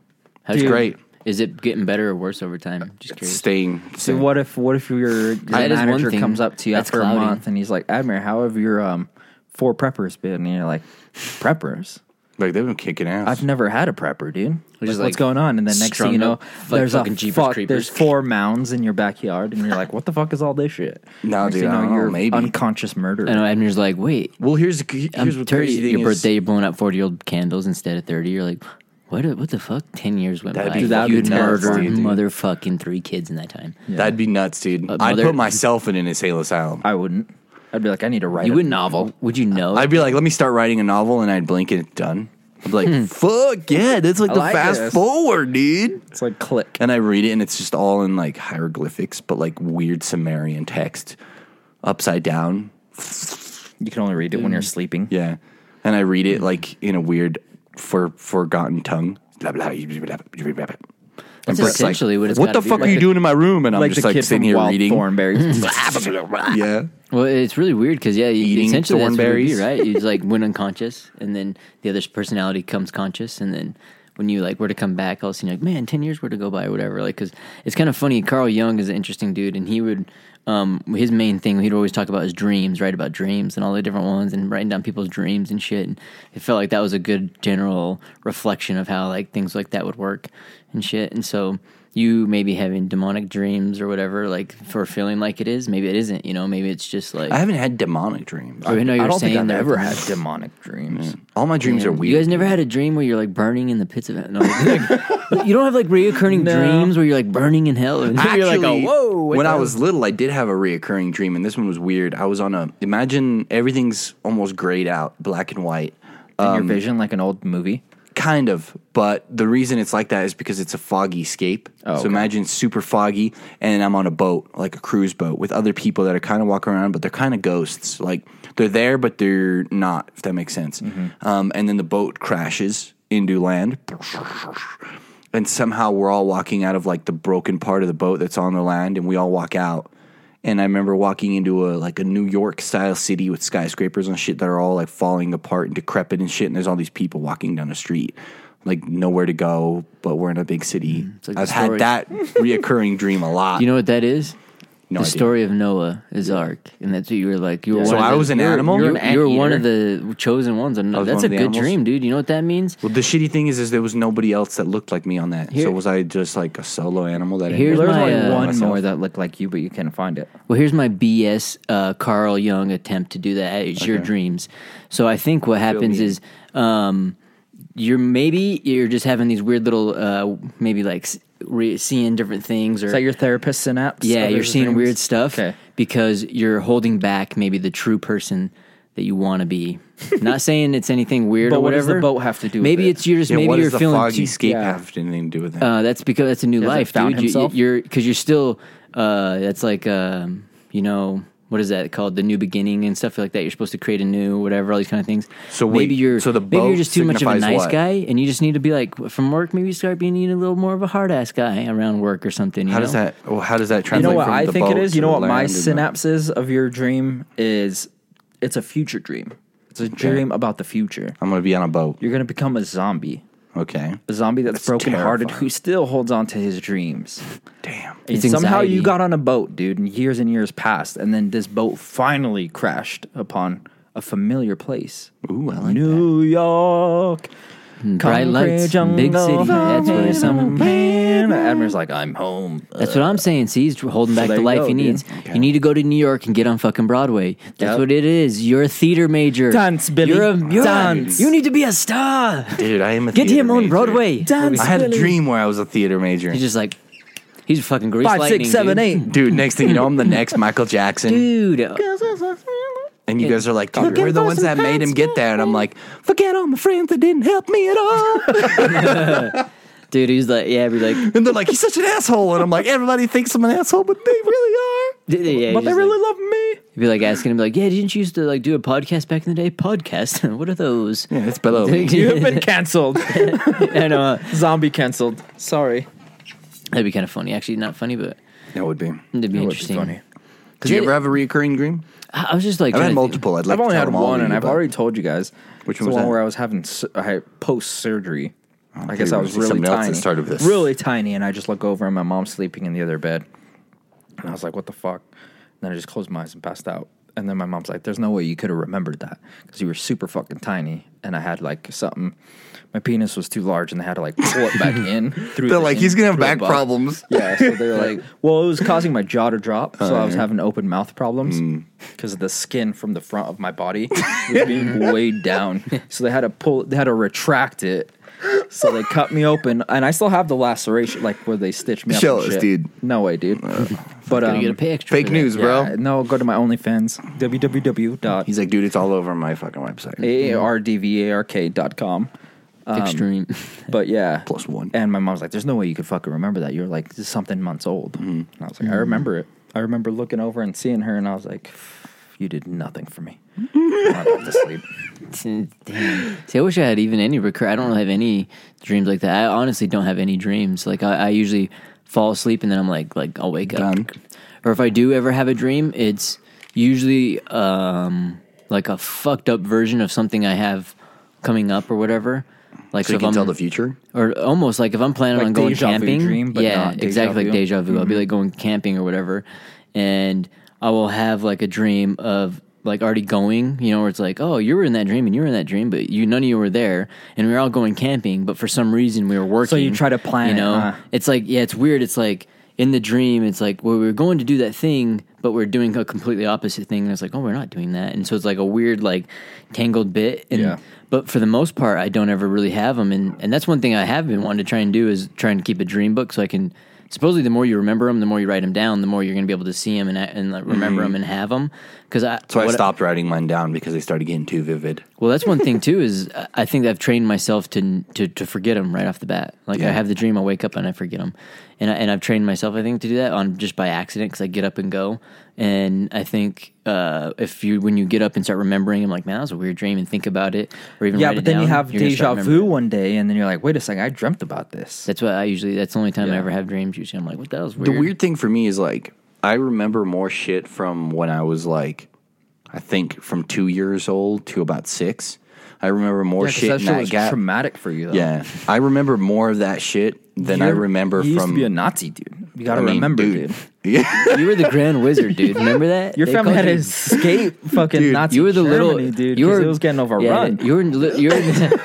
How's
It's
your-
great.
Is it getting better or worse over time? Just curious.
Staying.
So
staying.
what if what if your, your
That is one
manager
thing.
comes up to you
That's
after
cloudy.
a month and he's like, Admir, how have your um four preppers been? And you're like, Preppers?
Like they've been kicking ass.
I've never had a prepper, dude. Like,
is,
what's
like,
going on? And then next thing
strung
you know,
up, like,
there's a
fucking Jeepers
fuck,
Creepers.
there's four mounds in your backyard, and you're like, what the fuck is all this shit?
No,
next
dude,
thing
I
you
don't know,
you're
maybe.
unconscious murderer.
I know Admiral's like, wait,
well, here's the here's
I'm
what
30.
the crazy thing
Your
is.
birthday, you're blowing out forty year old candles instead of thirty. You're like, what? uh, What the fuck? Ten years went
That'd
by.
be
that'd be
You murdered
terrifying, dude.
motherfucking three kids in that time.
That'd be nuts, dude. I'd
mother-
put myself in an insane asylum.
I wouldn't. I'd be like, I need to write
You
a
would novel? Would you know?
I'd be like, let me start writing a novel, and I'd blink and it's done. I'd be
Hmm.
like, fuck yeah, that's like the
like
fast
this.
forward, dude.
It's like click.
And I read it, and it's just all in like hieroglyphics, but like weird Sumerian text, upside down.
You can only read it when you're
Mm.
sleeping.
Yeah, and I read
Hmm.
it like in a weird for forgotten tongue. Blah blah. blah, blah, blah, blah. And
That's
Brooke's like,
essentially what it's
what the
gotta be
fuck
like
are you
the-
doing in my room? And I'm
Like
just
the
like
kid
sitting
from
here
Wild
reading.
Thornberries.
Yeah.
Well, it's really weird because yeah, you,
Eating
essentially that's what it would be,
thornberries.
right? You just like went unconscious, and then the other's personality comes conscious, and then when you like were to come back, all of a sudden you're like, man, ten years were to go by, or whatever. Like, because it's kind of funny. Carl Jung is an interesting dude, and he would um, his main thing he'd always talk about his dreams, write about dreams and all the different ones, and writing down people's dreams and shit. And it felt like that was a good general reflection of how like things like that would work and shit. And so you maybe having demonic dreams or whatever, like for feeling like it is, maybe it isn't. You know, maybe it's just like
I haven't had demonic dreams.
I know you
I
were
don't think
saying
I've
that-
ever had demonic dreams.
All my dreams are weird.
You guys never had a dream where you're like burning in the pits of hell? No, like, you don't have like reoccurring dreams where you're like burning in hell. And
Actually,
you're like, oh, whoa. what
when
the
I
hell?"
was little, I did have a reoccurring dream, and this one was weird. I was on a imagine everything's almost grayed out, black and white.
In
Um,
your vision, like an old movie.
Kind of, but the reason it's like that is because it's a foggy scape. So
Oh,
okay.
imagine super foggy, and I'm on a boat, like a cruise boat, with other people that are kind of walking around, but they're kind of ghosts. Like they're there, but they're not, if that makes sense.
Mm-hmm.
Um, and then the boat crashes into land, and somehow we're all walking out of like the broken part of the boat that's on the land, and we all walk out. And I remember walking into a like a New York style city with skyscrapers and shit that are all like falling apart and decrepit and shit. And there's all these people walking down the street, like nowhere to go, but we're in a big city.
Mm, like the
I've had
story.
that reoccurring dream a lot.
You know what that is?
No
the
idea.
story of Noah is Ark, and that's what you were like. You were
So
one of
I
the-
was an
you were-
animal?
You
You're
were,
an
you were one of the chosen ones. And
was
that's a
one of the
good
animals?
dream, dude. You know what that means?
well, the shitty thing is, is there was nobody else that looked like me on that.
Here-
so was I just like a solo animal that? I
Here's
never
There's
my,
only
uh,
one
myself.
more that looked like you, but you can't find it.
Well, here's my BS uh, Carl Jung attempt to do that. It's your dreams. So I think what happens
me.
is um, you're maybe you're just having these weird little uh, maybe like s- re- seeing different things or
Is that your therapist synapse?
yeah
of
you're
your
seeing
dreams?
weird stuff
Okay.
because you're holding back maybe the true person that you want to be. Not saying it's anything weird
But
or
what does
whatever.
the boat have to do with
Maybe
it?
it's you're just
Yeah,
maybe
what
you're
does the
feeling
foggy
too-
scape
yeah.
have anything to do with that?
uh, that's because that's a new
Hasn't
life,
found
dude. You,
himself?
you're because you're still. Uh, that's like um, you know what is that called? The new beginning and stuff like that. You're supposed to create a new whatever, all these kind of things.
So
maybe
wait,
you're
so the
maybe
boat
you're just too much of a
signifies
nice
what?
guy, and you just need to be like from work. Maybe you start being you need a little more of a hard ass guy around work or something. You
how
know?
does that? Well, how does that
You
translate?
know what
from
I
the
think
boat
it is?
to
You know
the
what my
land and the-
synapses of your dream is? It's a future dream. It's a dream about the future.
I'm going to be on a boat.
You're going to become a zombie.
Okay.
A zombie that's,
That's
brokenhearted
terrifying.
who still holds on to his dreams.
Damn.
And
It's
somehow
anxiety.
you got on a boat, dude, and years and years passed, and then this boat finally crashed upon a familiar place.
Ooh, I like that. Hmm,
New York.
bright lights, big city. That's what it's
I'm
on.
playing. Admiral's like, I'm home.
That's what I'm saying. See, he's holding back
there
the
you
life
go,
he
dude.
needs. You need to go to New York and get on fucking Broadway. That's
Yep.
what it is. You're a theater major.
Dance, Billy.
You're a, you're a-
Dance.
you need to be a star.
Dude, I am a
Get
theater
him on
major.
Broadway.
Dance,
I had a
Billy.
dream where I was a theater major.
He's just like, he's fucking grease
Five,
lightning.
six, seven, eight.
Dude, next thing you know, I'm the next Michael Jackson.
dude. Dude,
And you guys are like, dude, we're the
for
ones
some
that made him
hot
get there. And I'm like, forget all my friends that didn't help me at all.
dude, he's like, yeah, be like,
and they're like, he's such an asshole. And I'm like, everybody thinks I'm an asshole, but they really are.
yeah, he's
But they
just
really
like,
love me.
he'd be like asking him, like, yeah, didn't you used to like do a podcast back in the day? Podcast? what are those?
Yeah, it's below. me.
You have been canceled.
and uh,
Zombie canceled. Sorry.
that'd be kind of funny. Actually, not funny, but
that would be.
it'd be interesting.
Do you ever have a recurring dream?
I I was just like,
I've
trying to
had
think-
multiple. I'd like
I've only
to tell
had
them all
one,
to
and
you,
I've
but-
already told you guys.
Which
It's the
one was
one
that?
where I was having s- I had post surgery. I
you
guess
were
I
gonna
was
say
really
something else that
tiny,
started with this.
really tiny, and I just look over and my mom's sleeping in the other bed, and I was like, "What the fuck?" And then I just closed my eyes and passed out. And then my mom's like, "There's no way you could have remembered that because you were super fucking tiny, and I had like something. My penis was too large, and they had to like pull it back in. Through
They're
the
like,
in-
he's going to have
through the
back
butt.
problems.
Yeah, so they were like, well, it was causing my jaw to drop, so I was
Uh-huh.
having open mouth problems
Mm.
because of the skin from the front of my body was being weighed down. So they had to pull, they had to retract it. So they cut me open, and I still have the laceration, like where they stitched me up.
Show
and
us,
shit.
dude. Uh,
No way, dude. but um,
You gotta pay extra.
Fake
for that.
news, bro.
yeah, no, go to my OnlyFans, www dot
He's like, dude, it's all over my fucking website.
aardvark dot com.
Extreme.
But yeah,
Plus one.
And my mom's like, "There's no way you could fucking remember that. You're like something months old."
Mm-hmm.
And I was like, "I remember it. I remember looking over and seeing her, and I was like, you did nothing for me." And I went to sleep.
Damn. See, I wish I had even any recur. I don't have any dreams like that. I honestly don't have any dreams. Like I, I usually fall asleep and then I'm like, like I'll wake
Done.
up. Or if I do ever have a dream, it's usually um like a fucked up version of something I have coming up or whatever. Like
So you
if
can
I'm,
tell the future?
or almost like if I'm planning
Like
on going
deja vu
camping,
dream, but
yeah,
not deja
exactly
vu.
like deja vu. I'll be like going camping or whatever, and I will have like a dream of like already going, you know, where it's like, oh, you were in that dream and you were in that dream, but you none of you were there, and we were all going camping, but for some reason we were working.
you try to plan
you
it,
know.
huh?
It's like yeah, it's weird. It's like in the dream, it's like well, we were going to do that thing, but we're doing a completely opposite thing. And it's like oh, we're not doing that, and so it's like a weird like tangled bit. And,
Yeah.
But for the most part, I don't ever really have them, and and that's one thing I have been wanting to try and do is trying to keep a dream book so I can. Supposedly, the more you remember them, the more you write them down, the more you're going to be able to see them and, and like, remember them and have them. Because I,
Mm-hmm. So I
what-
stopped writing mine down because they started getting too vivid.
well, that's one thing too. Is I- I think I've trained myself to to, to forget them right off the bat. Like I
Yeah.
have the dream, I wake up and I forget them, and I, and I've trained myself, I think, to do that on just by accident because I get up and go. And I think uh, if you when you get up and start remembering, I'm like, man, that was a weird dream, and think about it, or even
Yeah,
write
but
it
then you
down,
have
you're gonna
deja
start
vu
remembering.
one day, and then you're like, wait a second, I dreamt about this.
That's what I usually. That's the only time I
Yeah.
ever have dreams. Usually, I'm like, what the hell's weird?
The weird thing for me is like I remember more shit from when I was like I think from two years old to about six. I remember more
'cause
shit
that
in
shit
that
was
gap.
traumatic for you. Though.
Yeah, I remember more of that shit than I
You're-
remember
you used
from.
to be a Nazi dude. You got to
I mean,
remember, dude.
Yeah,
you were the grand wizard, dude. Remember that
Your
They
family
called
had to
you-
escape fucking
Dude,
Nazi
You were the
Germany,
little
dude.
You
'cause
were
it was getting overrun.
Yeah, you were li- you were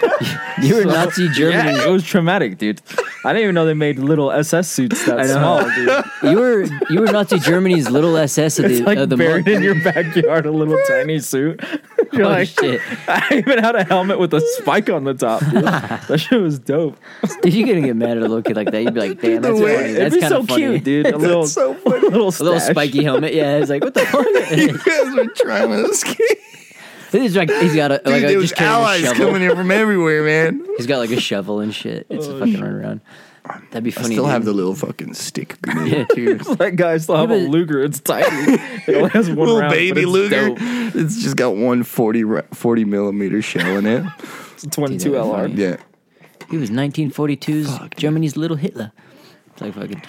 you were Nazi Germany.
Yeah, it was traumatic, dude. I didn't even know they made little SS suits that small, dude.
you were you were Nazi Germany's little SS of
It's
the,
like
of the
buried
month.
in your backyard, a little tiny suit. You're
Oh,
like,
shit.
I even had a helmet with a spike on the top. Dude. that shit was dope.
If you're gonna get mad at a little kid like that, you'd be like, "Damn, that's
way-
funny.
it'd
That's
It'd be
kind
so
of funny,
cute, dude. A little,
so
a little,
A little
stash.
spiky helmet, yeah. It's like, what the fuck?
you guys were trying to escape.
He's like, he's got a, like
Dude, there
a,
was
just carrying a
allies
shovel.
coming in from everywhere, man.
He's got like a shovel and shit. It's
Oh,
a fucking run around. That'd be funny.
Still
dude.
have the little fucking stick grenade too.
That guy still have a
but-
Luger. It's tiny. It only has one
little
round, but
baby
it's
Luger.
dope.
It's just got one 40, ra- 40 millimeter shell in it.
It's a 22
Dude, that'd be
LR.
funny.
Yeah.
He was 1942's Germany's little Hitler. It's like fucking.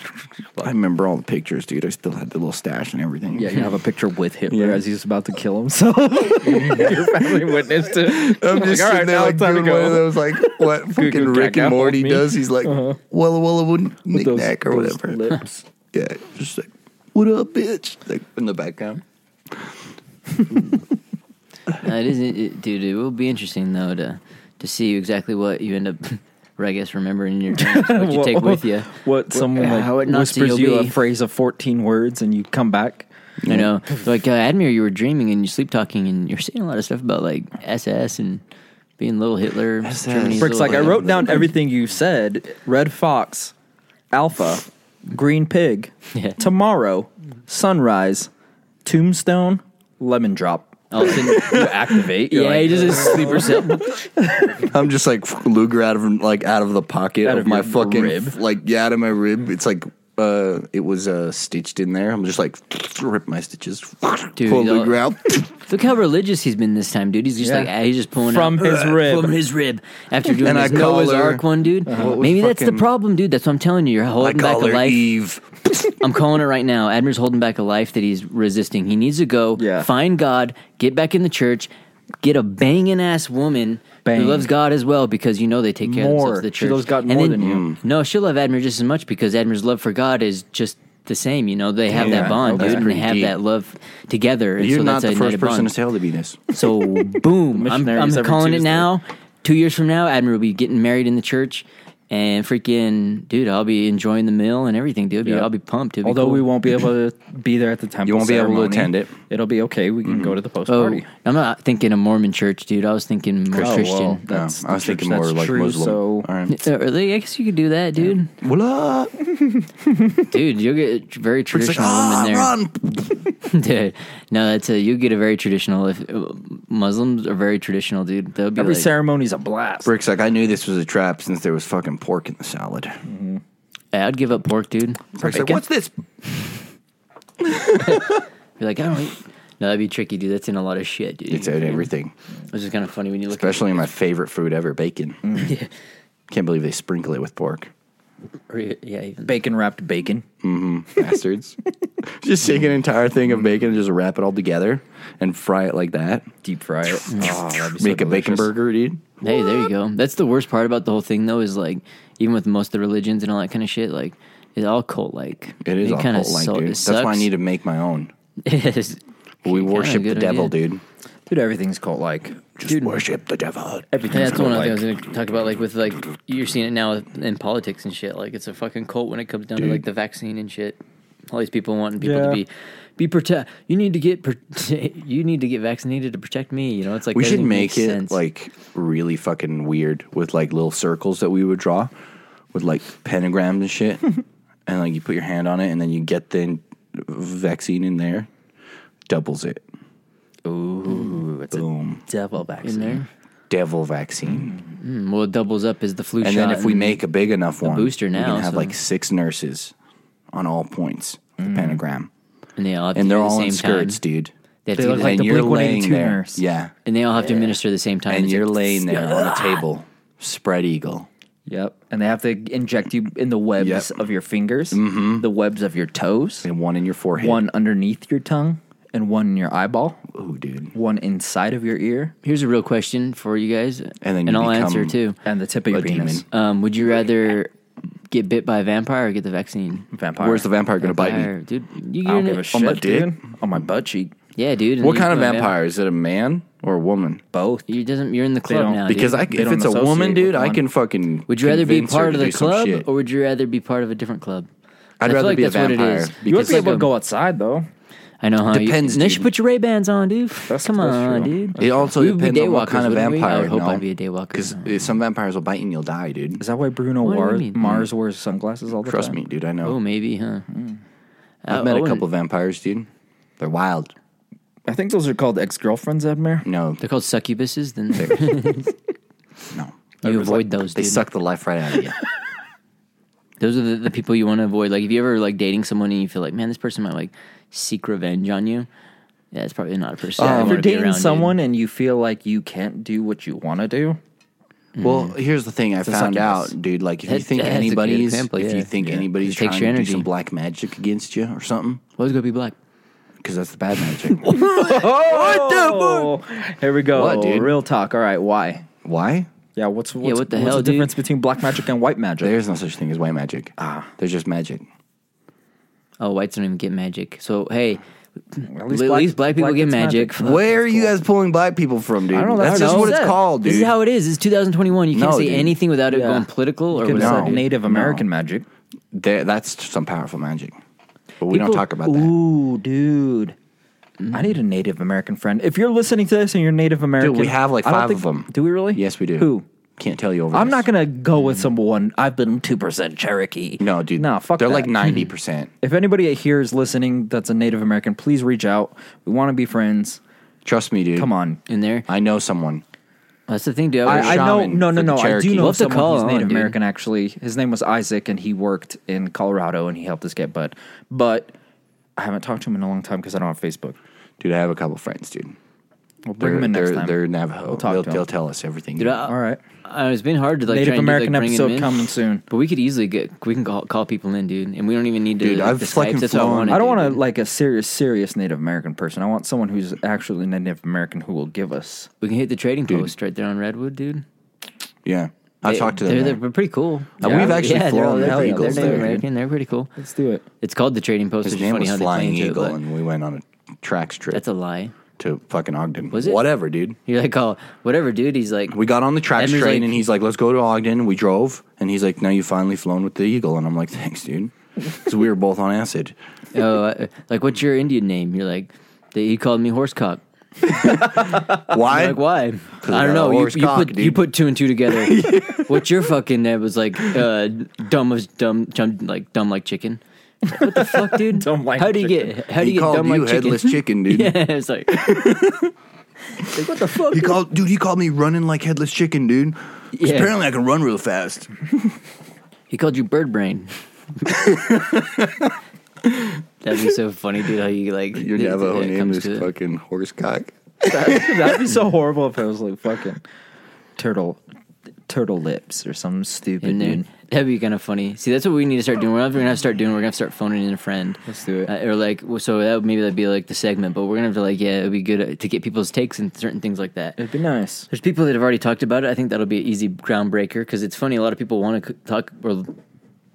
I remember all the pictures, dude. I still had the little stash and everything.
Yeah, you have a picture with Hitler
Yeah.
as he's about to kill himself. Your family witnessed it.
I'm just
all right,
sitting there
now
like
it's time to
doing one of
go.
those like what fucking
Cuckoo
Rick
cat
and
off
Morty
me.
does. He's like walla walla woo, knick
Uh-huh. those-
knack or
those
whatever.
lips.
Yeah, just like what up, bitch? Like in the background.
No, it isn't, it, dude. It will be interesting though to to see exactly what you end up, or I guess remembering in your dreams, what you take with you.
What someone like
how it Nazi
whispers you
you'll
a
be.
phrase of 14 words and you come back.
You know, like uh, Admir, you were dreaming and you sleep talking, and you're saying a lot of stuff about like SS and being little Hitler. Germany's
Bricks,
little
like I
Hitler.
wrote down everything you said. Red fox, alpha, green pig,
Yeah.
tomorrow, sunrise, tombstone, lemon drop.
All of a sudden-
You activate.
yeah,
you're like,
he just a sleeper cell.
I'm just like Luger out of like out of the pocket
Out
of,
of
my
your
fucking
rib.
like yeah out of my rib. It's like uh it was uh stitched in there. I'm just like rip my stitches.
Dude,
pull
y'all-
Luger out.
Look how religious he's been this time, dude. He's just
Yeah.
like he's just pulling
From
out,
his
"Ugh,"
rib.
from his rib after doing
And
his
I call
Noah's
her-
Ark one, dude.
Uh-huh.
What was
Maybe that's the
fucking-
problem, dude. That's what I'm telling you. You're
I
holding back
call
a
her
life.
Eve.
I'm calling it right now. Admiral's holding back a life that he's resisting. He needs to go
Yeah.
find God, get back in the church, get a banging ass woman
Bang.
who loves God as well because you know they take care of themselves.
More.
at The
She
church
loves God
And
more
then-
than you.
No, she'll love Admiral just as much because Admiral's love for God is just the same. You know, they have that
Yeah,
bond,
that's
dude, and they
pretty
have
deep.
that love together. And
You're
so
not
that's a
the first
united
person
bond.
to tell to be this.
So boom, I'm, I'm
missionaries every
calling it
Tuesday.
now. Two years from now, Admiral will be getting married in the church, and freaking dude, I'll be enjoying the meal and everything, dude.
Yeah.
I'll be pumped. It'll be
Although
cool.
we won't be able to be there at the temple,
won't be able to
ceremony,
attend it.
It'll be okay. We can go to the post
Oh,
party.
I'm not thinking a Mormon church, dude. I was thinking more
Oh,
Christian.
well,
No,
that's
I was
the church,
thinking more
that's
like
true,
Muslim.
So
All right.
Uh, really, I guess you could do that, dude.
What up?
Dude, you'll get a very
It's like,
traditional
ah,
Mormon
run.
there, dude. No, that's a you'll get a very traditional. If uh, Muslims are very traditional, dude, they'll be
every
like,
ceremony's a blast.
Brick's like, I knew this was a trap since there was fucking pork in the salad.
"Hey, I'd give up pork, dude.
Brick's like, what's this?
Be like, I don't. Eat. No, that'd be tricky, dude. That's in a lot of shit, dude.
It's out everything,
Which is kind of funny when you look. at
especially my favorite food ever, bacon. Can't believe they sprinkle it with pork.
it. Yeah, even
Bacon wrapped bacon.
Bastards. just take an entire thing of bacon and just wrap it all together and fry it like that.
Deep fry it. Oh, that'd be so
Make a bacon
delicious.
burger, dude.
Hey, there you go. That's the worst part about the whole thing, though, is like even with most of the religions and all that kind of shit, like It's all cult like.
It is all
kinda
cult like,
so-
dude.
it
That's why I
sucks.
need to make my own.
It is.
But we
Kinda
worship the
good
devil,
idea.
dude.
Dude, everything's cult like.
Just worship the devil.
Yeah,
Everything's
that's one of the
cult-like.
things I was going to talk about. Like with like you're seeing it now in politics and shit. Like it's a fucking cult when it comes down to like the vaccine and shit. All these people wanting people to
Yeah.
be be protect. You need to get prote- you need to get vaccinated to protect me. You know, it's like
We
that
should
doesn't
make it
sense.
like really fucking weird with like little circles that we would draw with like pentagrams and shit. and like you put your hand on it and then you get the vaccine in there, doubles it.
Ooh, it's
Boom.
a devil
in
vaccine.
there.
Devil vaccine.
Mm, Well, it doubles up as the flu
And
shot.
then if we make a big enough one,
booster
we
now,
can have
so-
like six nurses on all points, the pentagram.
and they all have to
And
do
they're
it at the
all
same
in skirts,
time.
dude.
They have to do it
look like
at
and
the
the-
you're
Blink-182
laying there.
nurse.
Yeah.
and they all have to administer at the same time.
And
It's
you're
like,
laying there on a table, spread eagle.
Yep. And they have to inject you in the webs
Yep. Mm-hmm.
of your fingers, the webs of your toes,
and one in your forehead.
one underneath your tongue, and one in your eyeball,
Ooh, dude.
one inside of your ear,
Here's a real question for you guys, and
then you
I'll
become
answer too.
and the tip of your
A
penis.
demon.
Um, would you rather get bit by a vampire or get the vaccine?
Vampire.
Where's the vampire going to bite me?
Vampire, dude. You
I don't give a
shit.
shit.
On my dick?
dude. On my butt cheek.
Yeah, dude. and
What
you
kind of
come out-
vampire? Is it a man or a woman?
Both.
You doesn't. You're in the club
don't-
now.
Because
dude.
I,
They
if
don't
it's a woman,
associate
dude,
with
I
one.
can fucking.
would you rather be
convince her
part
to
of
do
the
some
club
shit.
or would you rather be part of a different club?
I'd
I feel
rather
like
be a
that's what it
vampire.
is.
You would
It's
be
like
able
a-
to go outside, though.
I know. Huh?
Depends,
You, they should
dude.
put your Ray Bans on, dude. Come
that's
on,
true.
dude.
It also
We'd be
depends on what
daywalkers,
kind of
wouldn't we?
vampire.
I would hope
no?
I'd be a daywalker.
Because some vampires will bite and you'll die, dude.
Is that why Bruno
What do you
War-
mean?
Mars wears sunglasses all the
Trust
time?
me, dude. I know.
Oh, maybe, huh? Uh, oh,
I've met a couple vampires, dude. They're wild.
I think those are called Uh, ex girlfriends, Edmare.
No,
They're called succubuses. Then you
no.
avoid those.
They
dude.
suck the life right out of you.
Those are the, the people you want to avoid. Like if you ever like dating someone and you feel like, man, this person might like seek revenge on you. Yeah, it's probably not a person. you
Yeah, Uh, if
wanna
you're
be
dating
around, dude.
someone and you feel like you can't do what you want to do,
Mm.
Well, here's the thing I
a
found
succubus.
out, dude. Like, if you
That-
think
that's a good
anybody's,
example,
if
yeah.
you think
Yeah.
anybody's
It takes
trying
your
to do
energy.
some black magic against you or something,
Well, it's gonna be black.
because that's the bad magic.
Oh, here we go.
What, dude?
Real talk. All right, why?
Why?
Yeah, what's, what's
what the
what's
hell,
the
dude?
difference between black magic and white magic?
There's no such thing as white magic. Ah, there's just magic.
Oh, whites don't even get magic. So hey,
Well,
at least, black, people get magic. Fuck.
Where are you guys pulling black people from, dude?
I don't know.
That's
I don't
just
know.
what it's
Yeah.
called, dude.
This is how it is. It's 2021. You can't
No,
say
dude.
anything without it
Yeah.
going political or
Could have
whatever.
said
No.
Native
No.
American magic.
There- that's some powerful magic. But we don't
People-
talk about that.
Ooh, dude. I need a Native American friend. If you're listening to this and you're Native American,
Dude, we have like
I don't
five
think-
of them.
Do we really?
Yes, we do.
Who?
Can't tell you over.
I'm
this.
not gonna go with someone. I've been two percent Cherokee.
No, dude.
No, fuck.
They're
that.
like ninety percent.
If anybody here is listening that's a Native American, please reach out. We want to be friends.
Trust me, dude.
Come on.
in there.
I know someone.
That's the thing, dude. I,
I, I know,
shaman
no, no,
for the
no. I
Cherokee.
do know
We'll have to
someone
call
who's Native
on, dude.
American. Actually, his name was Isaac, and he worked in Colorado, and he helped us get bud. But I haven't talked to him in a long time because I don't have Facebook.
Dude, I have a couple friends, dude.
We'll bring
they're,
him in next
they're,
time.
They're Navajo.
talk
they'll,
to 'em.
they'll tell us everything.
dude, I-
All right.
I- it's been hard Oh. to like
Native
try and do, like,
American
bring 'em
episode
in.
coming soon.
But we could easily get we can call, call people in, dude, and we don't even need to.
Dude,
like,
I've
the Skypes.
fucking
That's what
flown.
wanna
I don't
do,
want to
dude.
like a serious, serious Native American person. I want someone who's actually Native American who will give us.
We can hit the trading post right there on Redwood, dude.
Yeah. I
They-
talked to
They're,
them.
they're, pretty cool.
And we've actually
they're-
flown
they're,
Native
pretty-
Eagles
They're, Native
there, dude.
American, they're pretty cool.
Let's do it.
It's called the Trading Post.
His
It's
name
funny
was
how they
Flying
claim to it,
Eagle,
but
and we went on a tracks trip
That's a lie.
to fucking Ogden.
Was it?
Whatever, dude.
You're like, oh, whatever, dude. He's like,
We got on the tracks
Edmund's
train,
like-
and he's like, "Let's go to Ogden." We drove, and he's like, "Now you finally flown with the Eagle," and I'm like, "Thanks, dude." Because we were both on acid.
oh, I- like, what's your Indian name? You're like, they, he called me horsecock.
Why?
Like, why? I
got a
don't know. You,
horse
you
cock,
put you
dude.
put two and two together. what's your fucking name? Was like, uh, dumb as dumb, dumb like dumb like chicken. What the fuck, dude?
Dumb like
how do you get how do
he
you get
called
dumb
you
like
headless
chicken?
chicken, dude.
yeah, it's like, like, what the fuck?
He called, dude. He called me running like headless chicken, dude. 'Cause
Yeah.
Apparently, I can run real fast.
He called you bird brain. That'd be so funny, dude. How you like
Your
th- th-
Navajo
it
name
comes
is
to it.
fucking horsecock.
That'd be so horrible if it was like fucking turtle, turtle lips or some stupid.
And then
dude.
that'd be kind of funny. See, that's what we need to start doing. We're not gonna have to start doing. We're gonna have to start phoning in a friend.
Let's do it.
Uh, or like, well, so that would- maybe that'd be like the segment. But we're gonna have to like, yeah, it'd be good to get people's takes and certain things like that.
It'd be nice.
There's people that have already talked about it. I think that'll be an easy groundbreaker because it's funny. A lot of people want to talk or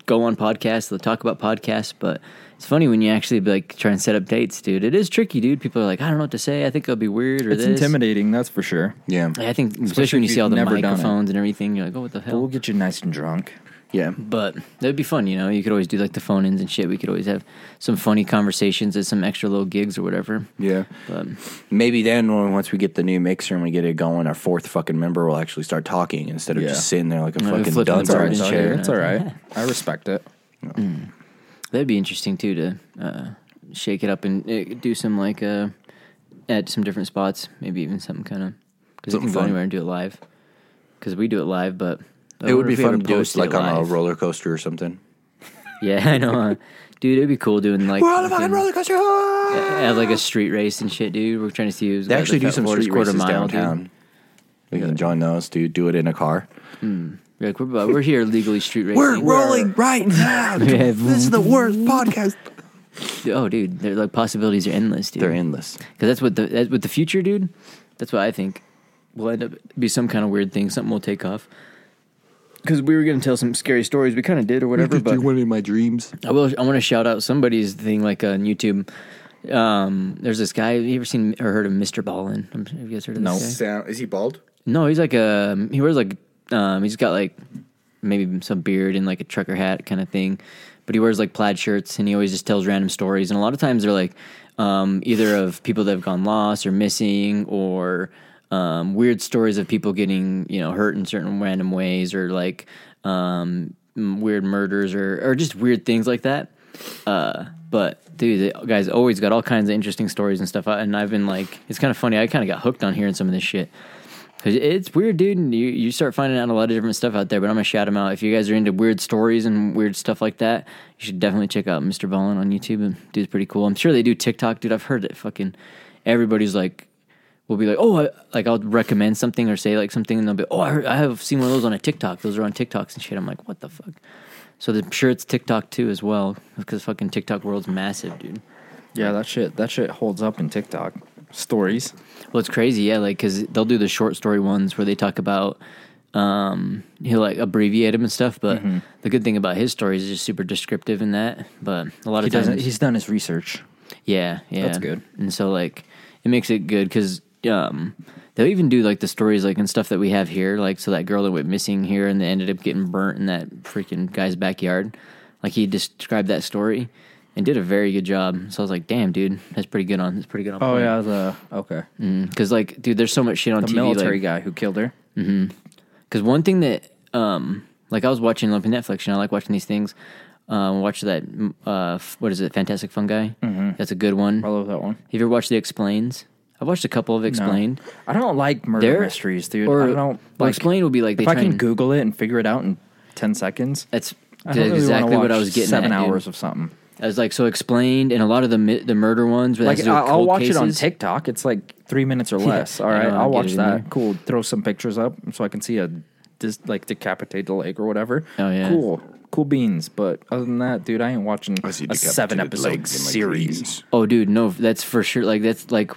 go on podcasts, they'll talk about podcasts, but it's funny when you actually like try and set up dates, dude. It is tricky, dude. People are like, I don't know what to say. I think it'll be weird or
It's
this.
intimidating, that's for sure.
Yeah.
I think, especially,
Especially
when you
if
see all
you've
the
never done it.
microphones and everything, you're like, oh, what the
But we'll
hell?
get you nice and drunk.
Yeah.
But that'd be fun, you know. You could always do like the phone ins and shit. We could always have some funny conversations at some extra little gigs or whatever.
Yeah.
But
Maybe then when once we get the new mixer and we get it going, our fourth fucking member will actually start talking instead of
Yeah.
just sitting there like a
No,
fucking
flipping
dunce
the
on
bird
his
and
chair.
shit.
It's all right. I respect it.
That'd be interesting too to uh, shake it up and uh, do some like uh, at some different spots, maybe even some kind of because you
Something
can go
fun.
anywhere and do it live. Because we do it live, but I
It
wonder
would be
if we ever
fun to do it
posted
like on a
live.
roller coaster or something.
Yeah, I know, uh, dude. It'd be cool doing like
We're on a fucking
fucking-
roller coaster.
have like a street race and shit, dude. We're trying to see who's
They
got
actually
the
do
fat
some
Florida's
street
quarter
races
mile, dude.
downtown. We can join those, dude. Do it in a car.
We're Like we're, about- we're here legally street racing.
right now.
Yeah.
is the worst podcast.
Oh, dude, they're like possibilities are endless, dude.
They're endless.
Because that's what the that's what the future, dude. That's what I think will end up be some kind of weird thing. Something will take off. Because we were going to tell some scary stories, we kind of did or whatever. But
one in my dreams.
I will. I want to shout out somebody's thing like on YouTube. Um, there's this guy. Have you ever seen or heard of Mr. Ballin? Have you guys heard of
No.
this guy?
Sound, is he bald?
No, he's like a he wears like um he's got like maybe some beard and like a trucker hat kind of thing, but he wears like plaid shirts and he always just tells random stories and a lot of times they're like um either of people that have gone lost or missing or um weird stories of people getting you know hurt in certain random ways or like um m- weird murders or or just weird things like that. Uh, but dude, the guys always got all kinds of interesting stories and stuff. I- And I've been like, it's kind of funny. I kind of got hooked on hearing some of this shit. 'Cause it's weird, dude. And you, you start finding out a lot of different stuff out there. But I'm gonna shout him out. If you guys are into weird stories and weird stuff like that, you should definitely check out Mr. Ballin on YouTube. And dude's pretty cool. I'm sure they do TikTok, dude. I've heard that fucking everybody's like will be like, oh, I, like I'll recommend something or say like something, and they'll be, oh, I, heard, I have seen one of those on a TikTok. Those are on TikToks and shit. I'm like, what the fuck? So the, I'm sure it's TikTok too as well because fucking TikTok world's massive, dude.
Yeah, that shit that shit holds up in TikTok stories.
Well, it's crazy, yeah. Like, cause they'll do the short story ones where they talk about, um, he'll like abbreviate them and stuff. But
Mm-hmm.
the good thing about his story is just super descriptive in that. But a lot
He
of times
doesn't he's done his research.
Yeah, yeah,
That's good.
And so like it makes it good because um, they'll even do like the stories like and stuff that we have here. Like so that girl that went missing here and they ended up getting burnt in that freaking guy's backyard. Like he described that story and did a very good job. So I was like, damn, dude, that's pretty good on that's pretty good on.
Oh yeah, the okay.
because like dude, there's so much shit on
The
TV.
military
like,
guy who killed her.
because one thing that, um, like I was watching like Netflix, and I like watching these things. Um, watch that. mm, Uh, f- what is it? Fantastic Fungi. Mm-hmm. That's a good one.
I
Have
love that one.
you ever watched the Explains? I watched a couple of
No.
Explained.
I don't like murder
They're-
mysteries, dude.
or-
I don't
well,
like
Explained will be like they
if I
try
can
and-
Google it and figure it out in ten seconds.
That's
I don't really
exactly
wanna
what I
watch
was getting.
Seven
at, dude.
hours of something.
I was like so explained, and a lot of the mi- the murder ones. Where they
Like
have to do
I-
with
I'll
cold
watch it on
cases.
TikTok. It's like three minutes or less. All
I
right,
know, I
I'll
get
watch
it in
that.
there.
Cool. Throw some pictures up so I can see a dis- like decapitate the leg or whatever.
Oh, yeah.
Cool. Cool beans. But other than that, dude, I ain't watching
I
a
see
seven
decapitated
episode
legs in my
series.
dreams.
Oh, dude, no, that's for sure. Like that's like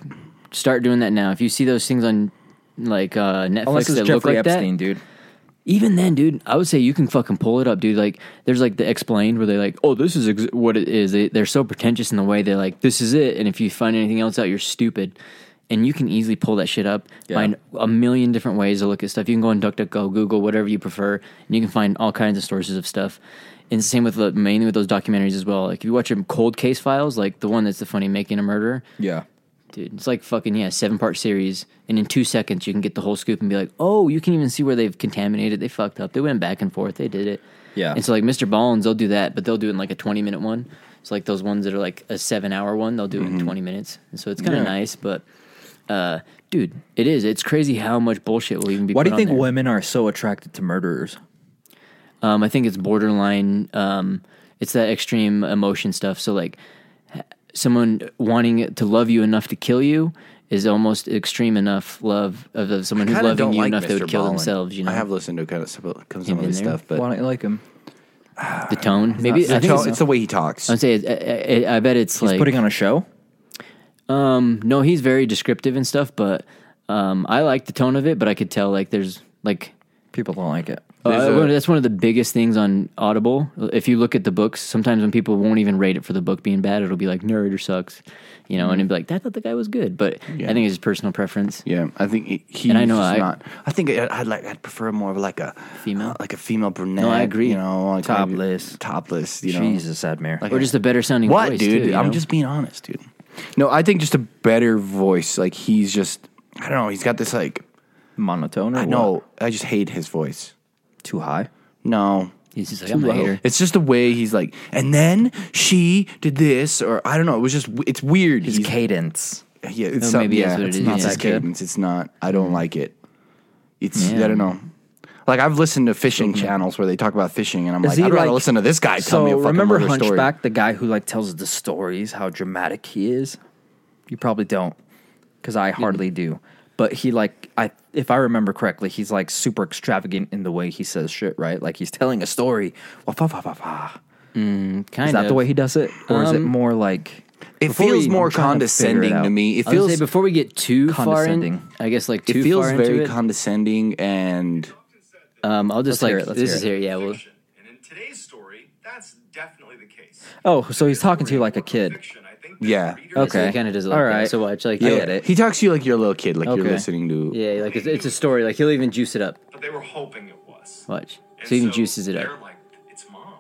start doing that now. If you see those things on like uh, Netflix
Unless
that
it's
look
Jeffrey
like that,
Epstein, dude.
even then, dude, I would say you can fucking pull it up, dude. Like, there's like the explained where they're like, oh, this is ex- what it is. They, they're so pretentious in the way they're like, this is it. And if you find anything else out, you're stupid. And you can easily pull that shit up,
Yeah.
find a million different ways to look at stuff. You can go on DuckDuckGo, Google, whatever you prefer, and you can find all kinds of sources of stuff. And same with the, mainly with those documentaries as well. Like if you watch them cold case files, like the one that's the funny making a murderer,
Yeah.
dude. It's like fucking yeah, seven part series, and in two seconds you can get the whole scoop and be like, oh, you can even see where they've contaminated, they fucked up, they went back and forth, they did it.
Yeah.
And so like Mr. Bones, they'll do that, but they'll do it in like a twenty minute one. So like those ones that are like a seven hour one, they'll do it in
Mm-hmm.
twenty minutes. And so it's kind of nice, but uh, dude, it is. It's crazy how much bullshit will even be.
Why
put
do you
on
think
there.
women are so attracted to murderers?
Um, I think it's borderline. Um, it's that extreme emotion stuff. So like, h- someone wanting to love you enough to kill you is almost extreme enough love of, of someone who's
Kind of
loving
don't
you
like
enough
Mr.
they would kill
Ballin.
themselves. You know,
I have listened to kind of some, some
Him
of
in
his
there.
stuff, but
Why don't you like him?
the tone. Maybe
not-
I think
Tell-
it's,
it's the way he talks.
I'd say it, I, I, I bet it's
He's
like
putting on a show.
um no, he's very descriptive and stuff, but um I like the tone of it, but I could tell like there's like
People don't like it.
There's
Uh,
a-
one- that's one of the biggest things on Audible. If you look at the books, sometimes when people won't even rate it for the book being bad, it'll be like nerd or sucks, you know, and it'd be like, I thought the guy was good, but I think it's just personal preference.
Yeah, I think he- he's
And I know I-
not. I think I- I'd like. I'd prefer more of like a
Female?
like a female brunette.
No, I agree.
You know, like
Topless.
maybe- topless. You know,
Jesus, Admir.
Or just a better sounding
what,
voice,
dude?
too, you
I'm
know?
just being honest, dude. No, I think just a better voice. Like he's just. I don't know. He's got this like.
monotone. Or
I
what?
know. I just hate his voice.
too high.
No.
He's just like, I'm a hater.
It's just the way he's like, and then she did this, or I don't know. It was just, it's weird.
His
He's-
cadence.
Yeah, it's
Oh,
some-
maybe
yeah,
that's what it
it's
is, yeah.
not that
It's good.
cadence. It's not. I don't like it. It's
Yeah.
I don't know. Like I've listened to fishing channels where they talk about fishing, and I'm like,
he
I'd rather
like-
listen to this guy tell
so
me a fucking
remember
murder story.
Hunchback, the guy who like tells the stories, how dramatic he is. You probably don't, because I hardly do. But he like I, if I remember correctly, he's like super extravagant in the way he says shit, right? Like he's telling a story. Wah, fa, fa, fa, fa.
Kind
Is that
of.
the way he does it, or is it
Um,
more like?
It
Before
feels
we-
more
I'm trying to figure it
condescending
out.
to me. It
I was
feels
gonna say, before we get too far in,
Condescending.
I guess like too
it feels
far into
very
it,
condescending, and
um, I'll just
Let's hear
like,
it, let's
this
hear
is
it.
here, yeah, well,
fiction. And in today's story, that's definitely the case.
Oh, so he's talking to you like a kid.
Fiction, I think
Yeah.
so
Okay.
he kind of does it
All
like
right.
that. So watch, like,
I
yeah,
get it.
he talks to you like you're a little kid, like you're
Okay.
listening to.
yeah, like it's, it's a story, like he'll even juice it up.
But they were hoping it was.
Watch.
And
So he even juices it
They're
up.
like, it's mom.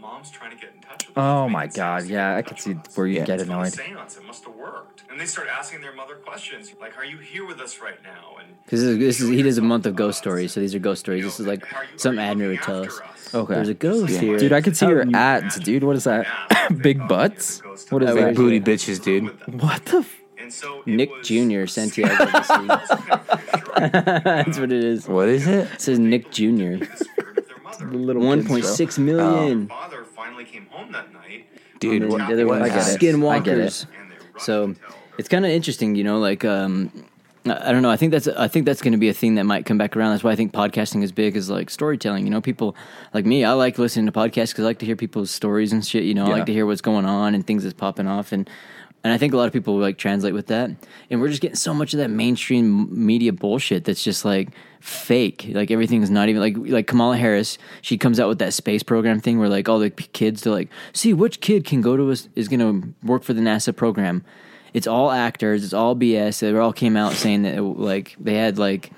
Mom's trying to get in touch with us.
Oh
Making
my
seance
god,
to get
yeah,
in
I
touch
could see
with us."
where you
Yeah.
get
It's called
annoyed.
a seance. It must have worked. And they start asking their mother questions like, "Are you here with us right now?" And
Because this is, this is, he does a month of ghost
Us.
stories, so these are ghost stories.
You know,
This is like
"Are you- are
something
you
Admiral would
looking
tell us.
after us?"
Okay.
There's a ghost here.
Dude, I could see
How
your
you-
ads, dude. What is that?
Yeah, they
Big
thought
butts?
they were the ghost
What
of
is
the
that?
Big
Right.
booty bitches, dude.
with them.
What the? F-
And so it
Nick
was-
Jr. Santiago. de Sil-
It's kind of reassuring.
That's what it is. It
What is it?
says Nick Jr.
The spirit of their mother.
One point six million.
father finally came home that night.
Dude,
Um,
what-
tapping
The other
on
Oh. one,
I
his
get
house,
it. I get it.
skinwalkers.
and they rushed
So
to tell their
it's kind of interesting, you know. Like, um, I I don't know. I think that's I think that's going to be a thing that might come back around. That's why I think podcasting is big, is like storytelling. You know, people like me, I like listening to podcasts because I like to hear people's stories and shit. You know, I
Yeah.
like to hear what's going on and things that's popping off, and and I think a lot of people like translate with that. And we're just getting so much of that mainstream media bullshit that's just like fake. Like everything's not even like like Kamala Harris. She comes out with that space program thing where like all the p- kids they're like, see which kid can go to us is going to work for the NASA program. It's all actors. It's all BS. They all came out saying that it, like they had like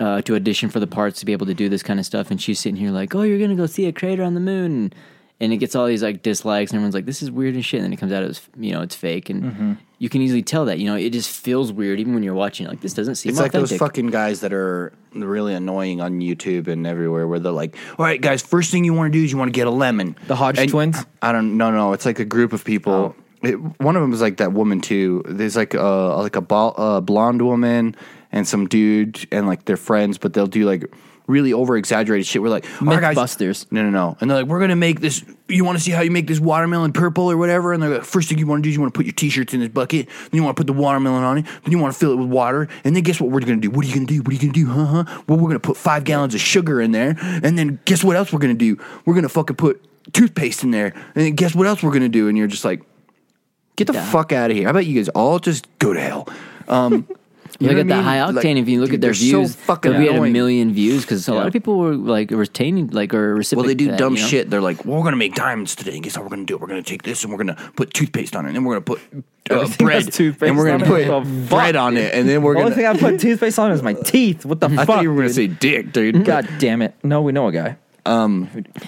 uh, to audition for the parts to be able to do this kind of stuff. And she's sitting here like, oh, you're gonna go see a crater on the moon, and, and it gets all these like dislikes, and everyone's like, this is weird and shit. And then it comes out as you know it's fake, and you can easily tell that. You know, it just feels weird even when you're watching. it. Like this doesn't seem
It's like
authentic.
those fucking guys that are really annoying on YouTube and everywhere, where they're like, "All right, guys, first thing you want to do is you want to get a lemon."
The Hodge
And-
twins?
I don't. No, no. It's like a group of people. It, one of them is like that woman too. There's like a like a bal- uh, blonde woman and some dude and like their friends, but they'll do like really over exaggerated shit. We're like, "Oh "All right, guys,
Mythbusters.
no, no, no. And they're like, we're gonna make this. You want to see how you make this watermelon purple or whatever? And they're like, first thing you want to do is you want to put your t-shirts in this bucket. Then you want to put the watermelon on it. Then you want to fill it with water. And then guess what we're gonna do? What are you gonna do? What are you gonna do? Huh? Huh? Well, we're gonna put five gallons of sugar in there. And then guess what else we're gonna do? We're gonna fucking put toothpaste in there. And then guess what else we're gonna do? And you're just like, get the fuck out of here. I bet you guys all just go to hell. Um, you
look at
know what I
the
mean?
high octane.
Like,
if you look
dude,
at their
they're so
views,
fucking
they'll be at a
annoying.
million views because a lot
Yeah.
of people were like retaining, like or
Well,
reciprocating.
they do
that,
dumb
you know?
shit. They're like, well, we're going to make diamonds today. And guess what we're going to do? We're going to take this and we're going to put toothpaste on it. And then we're going to put uh,
Everything has
bread.
toothpaste
And we're
on
going
it.
to put
Oh, fuck,
bread on it. And then we're
The
going
only thing
to.
I put toothpaste on is my teeth. What the
I
fuck?
thought you were going to
dude?
say dick, dude.
God damn it. No, we know a guy. Um,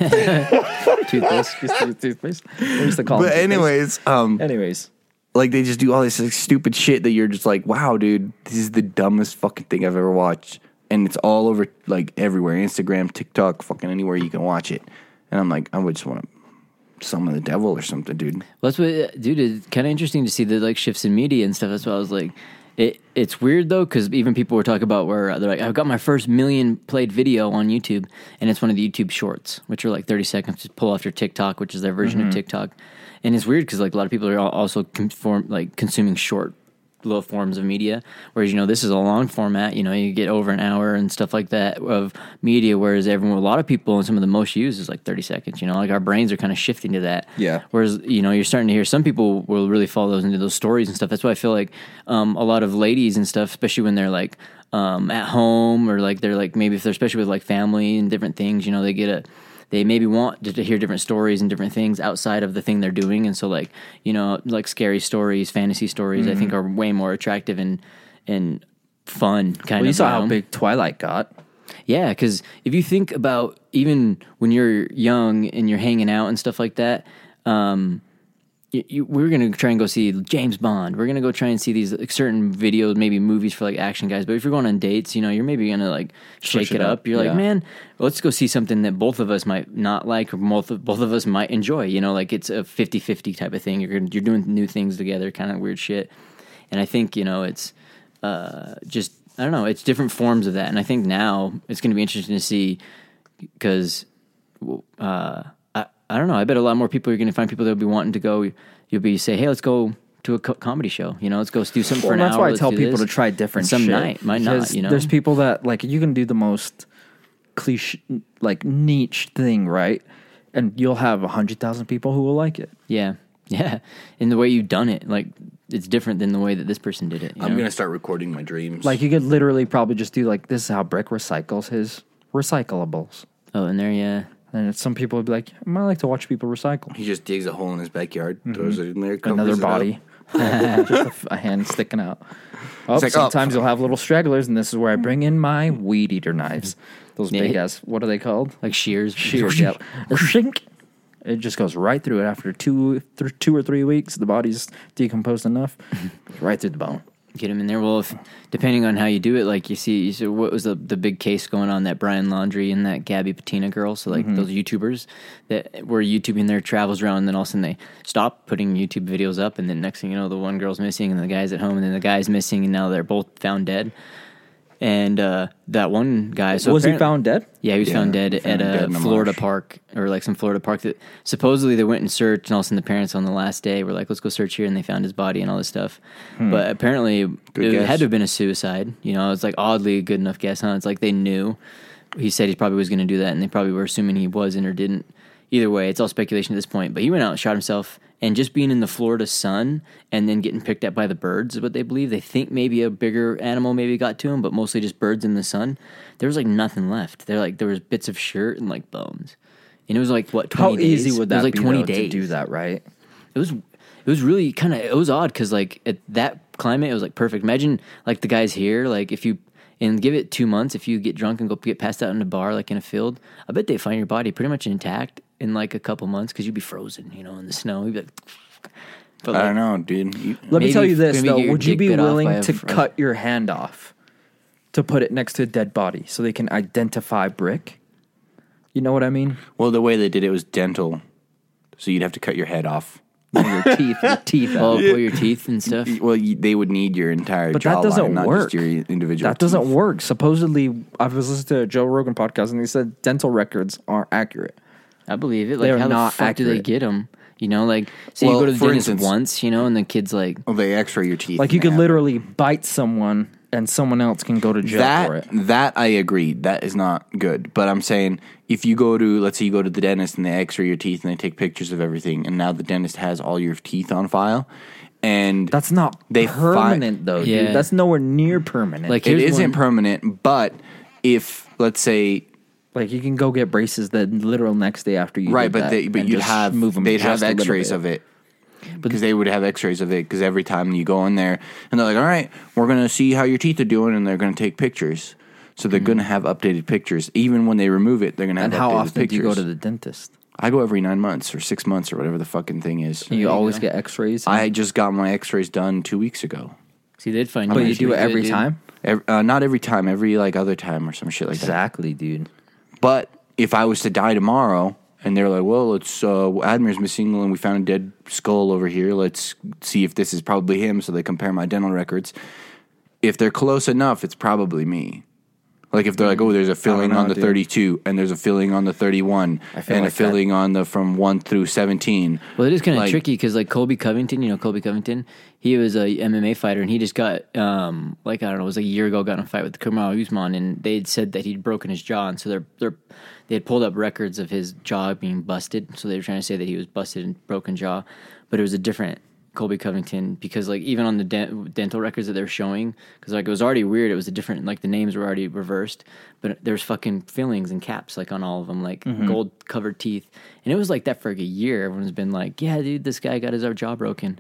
toothpaste. Used to use toothpaste. We used to call him
But,
toothpaste.
anyways, um,
anyways,
like they just do all this like, stupid shit that you're just like, wow, dude, this is the dumbest fucking thing I've ever watched. And it's all over, like, everywhere Instagram, TikTok, fucking anywhere you can watch it. And I'm like, I would just want to summon the devil or something, dude.
Well, that's what, dude. It's kind of interesting to see the like shifts in media and stuff. That's why I was like, it. It's weird though, because even people were talking about where uh, they're like, I've got my first million played video on YouTube, and it's one of the YouTube Shorts, which are like thirty seconds to pull after TikTok, which is their version of TikTok. And it's weird because like a lot of people are al- also conform like consuming short little forms of media. Whereas you know this is a long format. You know you get over an hour and stuff like that of media. Whereas everyone, a lot of people, and some of the most used is like thirty seconds. You know, like our brains are kind of shifting to that.
Yeah.
Whereas you know you're starting to hear some people will really follow those into those stories and stuff. That's why I feel like um, a lot of ladies and stuff, especially when they're like um, at home or like they're like maybe if they're especially with like family and different things, you know, they get a they maybe want to, to hear different stories and different things outside of the thing they're doing, and so like you know like scary stories, fantasy stories, I think are
Mm-hmm.
way more attractive and and fun kind
Well,
of.
you saw
know?
how big Twilight got.
Yeah, because if you think about even when you're young and you're hanging out and stuff like that, um, you, you, we're gonna try and go see James Bond. We're gonna go try and see these like, certain videos, maybe movies for like action guys. But if you're going on dates, you know, you're maybe gonna like shake
it
it up.
up,
You're
yeah.
like, man, let's go see something that both of us might not like, or both of, both of us might enjoy. You know, like it's a 50-50 type of thing. You're gonna, you're doing new things together, kind of weird shit. And I think you know it's uh, just I don't know. It's different forms of that, and I think now it's going to be interesting to see because uh, I I don't know. I bet a lot more people are going to find people that'll be wanting to go. You'll be say, hey, let's go to a co- comedy show. You know, let's go do something for
Well,
an
that's
hour.
why I
let's
tell
do
people
this."
to try different
some
shit.
night might not.
Because
You know,
there's people that like you can do the most cliche, like niche thing, right? And you'll have hundred thousand people who will like it.
yeah, yeah. In the way you've done it, like it's different than the way that this person did it. you
I'm
know?
gonna start recording my dreams.
Like you could literally probably just do like this is how Brick recycles his recyclables,
oh, and there, yeah.
and it's, some people would be like, "Mm, I like to watch people recycle
he just digs a hole in his backyard, throws it in there, covers
another
it up.
body, just a, f- a hand sticking out. Oh,
like, oh.
sometimes you'll have little stragglers, and this is where I bring in my weed eater knives. Those
Yeah.
big ass, what are they called?
Like shears,
Cheers. yep. Shink. It just goes right through it after two, th- two or three weeks. The body's decomposed enough, right through the bone.
Get him in there. Well, if, depending on how you do it, like you see, you see what was the, the big case going on that Brian Laundry and that Gabby Patina girl. So
Mm-hmm.
like those YouTubers that were YouTubing their travels around, and then all of a sudden they stop putting YouTube videos up, and then next thing you know, the one girl's missing, and the guy's at home, and then the guy's missing, and now they're both found dead. And uh, that one guy, so
was he
apparently-
found dead?
yeah, he was
Yeah,
found dead
found
at
dead
a
in a
Florida
marsh.
park or like some Florida park that supposedly they went and searched, and all of a sudden the parents on the last day were like, "Let's go search here," and they found his body and all this stuff.
Hmm.
But apparently, it
guess.
had to have been a suicide. You know, it's like oddly a good enough guess, huh? It's like they knew he said he probably was going to do that, and they probably were assuming he wasn't or didn't. Either way, it's all speculation at this point. But he went out and shot himself, and just being in the Florida sun and then getting picked up by the birds is what they believe. They think maybe a bigger animal maybe got to him, but mostly just birds in the sun. There was like nothing left. There like there was bits of shirt and like bones, and it was like what twenty
How
days?
easy would that
it was like
be
twenty
though,
days
to do that? Right?
it was it was really kind of it was odd because like at that climate it was like perfect imagine like the guys here like if you and give it two months if you get drunk and go get passed out in a bar like in a field i bet they find your body pretty much intact in like a couple months because you'd be frozen you know in the snow you'd be like but
I
like,
don't know, dude. You-
Let
Maybe
me tell you
if-
this
maybe
though:
get your
Would you
dick
be
bit off by
willing
a
to
fr-
cut your hand off to put it next to a dead body so they can identify Brick? You know what I mean?
well, the way they did it was dental, so you'd have to cut your head off.
Your teeth, your teeth.
oh
out.
pull your teeth and stuff
Well, you, they would need your entire
But
jawline,
that doesn't
not
work.
just your individual.
That doesn't
teeth.
work. Supposedly, I was listening to a Joe Rogan podcast, and they said dental records aren't accurate.
i believe it
They
like
are
how
not
the fuck do they
accurate.
get them you know like so
Well,
you go to the
for
dentist
instance-
once you know and the kid's like
Well, they X-ray your teeth.
Like you
and
could
they have-
literally bite someone, and someone else can go to jail for it.
that that I agree. That is not good. But I'm saying if you go to let's say you go to the dentist and they X-ray your teeth and they take pictures of everything, and now the dentist has all your teeth on file, and
That's not
They fi-
permanent though,
Yeah.
dude. That's nowhere near permanent.
Like-
it
Here's one-
isn't permanent. But if let's say
like you can go get braces the literal next day after you
right,
did
but
that
they, but
and
you'd
just
have
move them.
they'd have
just a little
X-rays
bit.
of it. Because they would have X-rays of it. Because every time you go in there, and they're like, "All right, we're gonna see how your teeth are doing," and they're gonna take pictures. So they're gonna have updated pictures. Even when they remove it, they're gonna have
Mm-hmm. And how
updated
often do
pictures.
you go to the dentist?
I go every nine months or six months or whatever the fucking thing is.
You always get X-rays.
I just got my X-rays done two weeks ago.
see they'd find
but you
actually
do it
good,
every
dude.
time.
Ev uh, not every time, every like other time or some shit like that.
Exactly, dude.
But if I was to die tomorrow and they're like, "Well, it's uh, Admiral's missing, and we found a dead skull over here. Let's see if this is probably him." So they compare my dental records. If they're close enough, it's probably me. Like if they're like, oh, there's a filling
know,
on the
dude.
32, and there's a filling on the 31,
I feel
and a
like that-
filling on the from one through 17.
Well, it is kind of 'cause
Like-
tricky because like Colby Covington, you know Colby Covington, he was a MMA fighter and he just got um like I don't know, it was like a year ago got in a fight with Kamal Usman and they had said that he'd broken his jaw and so they're they're they had pulled up records of his jaw being busted, so they were trying to say that he was busted and broken jaw, but it was a different Colby Covington because like even on the dent- dental records that they're showing because like it was already weird, it was a different like the names were already reversed, but there's fucking fillings and caps like on all of them like
Mm-hmm.
gold covered teeth, and it was like that for like a year. Everyone's been like, yeah, dude, this guy got his uh, jaw broken,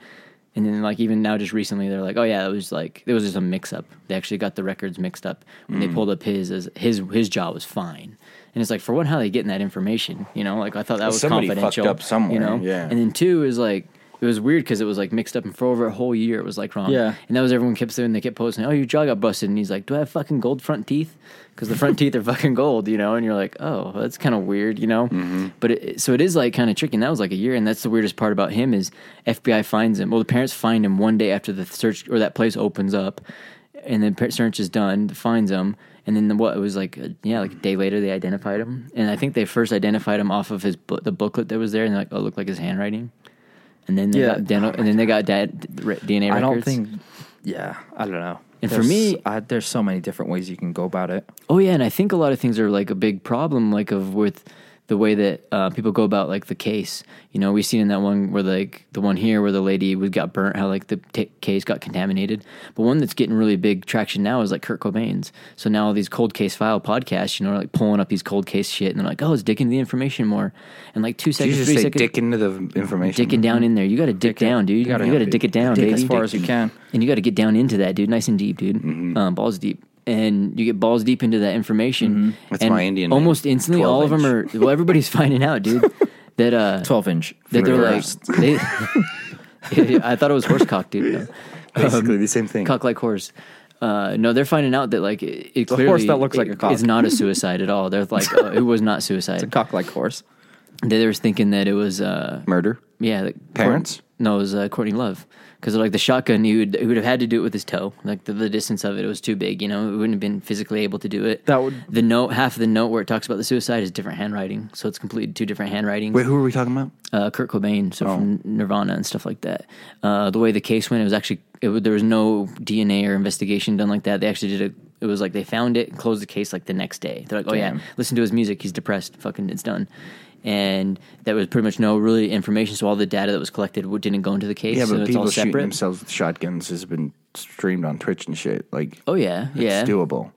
and then like even now just recently they're like, oh yeah, it was like it was just a mix up. They actually got the records mixed up when
Mm.
they pulled up his as his his jaw was fine. And it's like, for one, how are they getting that information? You know, like I thought that was
somebody fucked
confidential.
up somewhere,
you know?
yeah.
And then two is like it was weird because it was like mixed up, and for over a whole year it was like wrong.
Yeah.
and that was everyone kept saying they kept posting, "Oh, your jaw got busted," and he's like, "Do I have fucking gold front teeth?" Because the front teeth are fucking gold, you know. And you're like, "Oh, that's kind of weird," you know.
Mm-hmm.
But it, so it is like kind of tricky. And that was like a year, and that's the weirdest part about him is FBI finds him. Well, the parents find him one day after the search or that place opens up, and then par- search is done, finds him, and then the, what it was like, uh, yeah, like a day later they identified him, and I think they first identified him off of his bu- the booklet that was there, and they're like, oh, it looked like his handwriting, and then they
Yeah.
got dental, and then they got dad, re- DNA records.
I don't think. Yeah, I don't know.
And for
There's-
me-
I, there's so many different ways you can go about it.
Oh yeah, and I think a lot of things are like a big problem, like of with the way that uh, people go about like the case. You know, we've seen in that one where like the one here where the lady was got burnt, how like the t- case got contaminated. But one that's getting really big traction now is like Kurt Cobain's. So now all these cold case file podcasts, you know, are like pulling up these cold case shit, and they're like, oh, it's digging into the information more, and like two
Did you
seconds,
just
three
say
seconds,
dick into the information?
dicking
Mm-hmm.
down in there. You got to dick, down, dude. You got
gotta-
to dick it down,
Dick
baby.
as far as you can. Mm-hmm.
And you got to get down into that, dude, nice and deep, dude. Um, balls deep. And you get balls deep into that information.
Mm-hmm.
That's
and
my Indian name.
Almost instantly,
12
all of them are. Well, everybody's finding out, dude. That uh,
Twelve inch.
that they're like.
reversed.
They, I thought it was horse cock, dude. No.
Basically the same thing.
Cock like horse. Uh, no, they're finding out that like it, it clearly
horse that looks like a cock.
It's not a suicide at all. They're like, oh, it was not suicide.
It's a cock like horse.
They were thinking that it was uh,
Murder.
yeah, like
Parents?
Courtney- no, it was uh, Courtney Love because like the shotgun, he would, he would have had to do it with his toe. Like the, the distance of it, it was too big. You know, it wouldn't have been physically able to do it.
That would-
the note half of the note where it talks about the suicide is different handwriting, so it's completely two different handwritings.
Wait, who are we talking about?
Uh, Kurt Cobain, so
Oh.
from Nirvana and stuff like that. Uh, the way the case went, it was actually it, wa- there was no DNA or investigation done like that. They actually did a. It was like they found it, and closed the case like the next day. They're like, oh yeah,
Damn.
listen to his music. He's depressed. Fucking, it's done. And there was pretty much no really information. So all the data that was collected w- didn't go into the case.
Yeah,
so
but
it's all
people shooting
separate.
themselves with shotguns has been streamed on Twitch and shit. Like,
Oh yeah, yeah.
it's doable.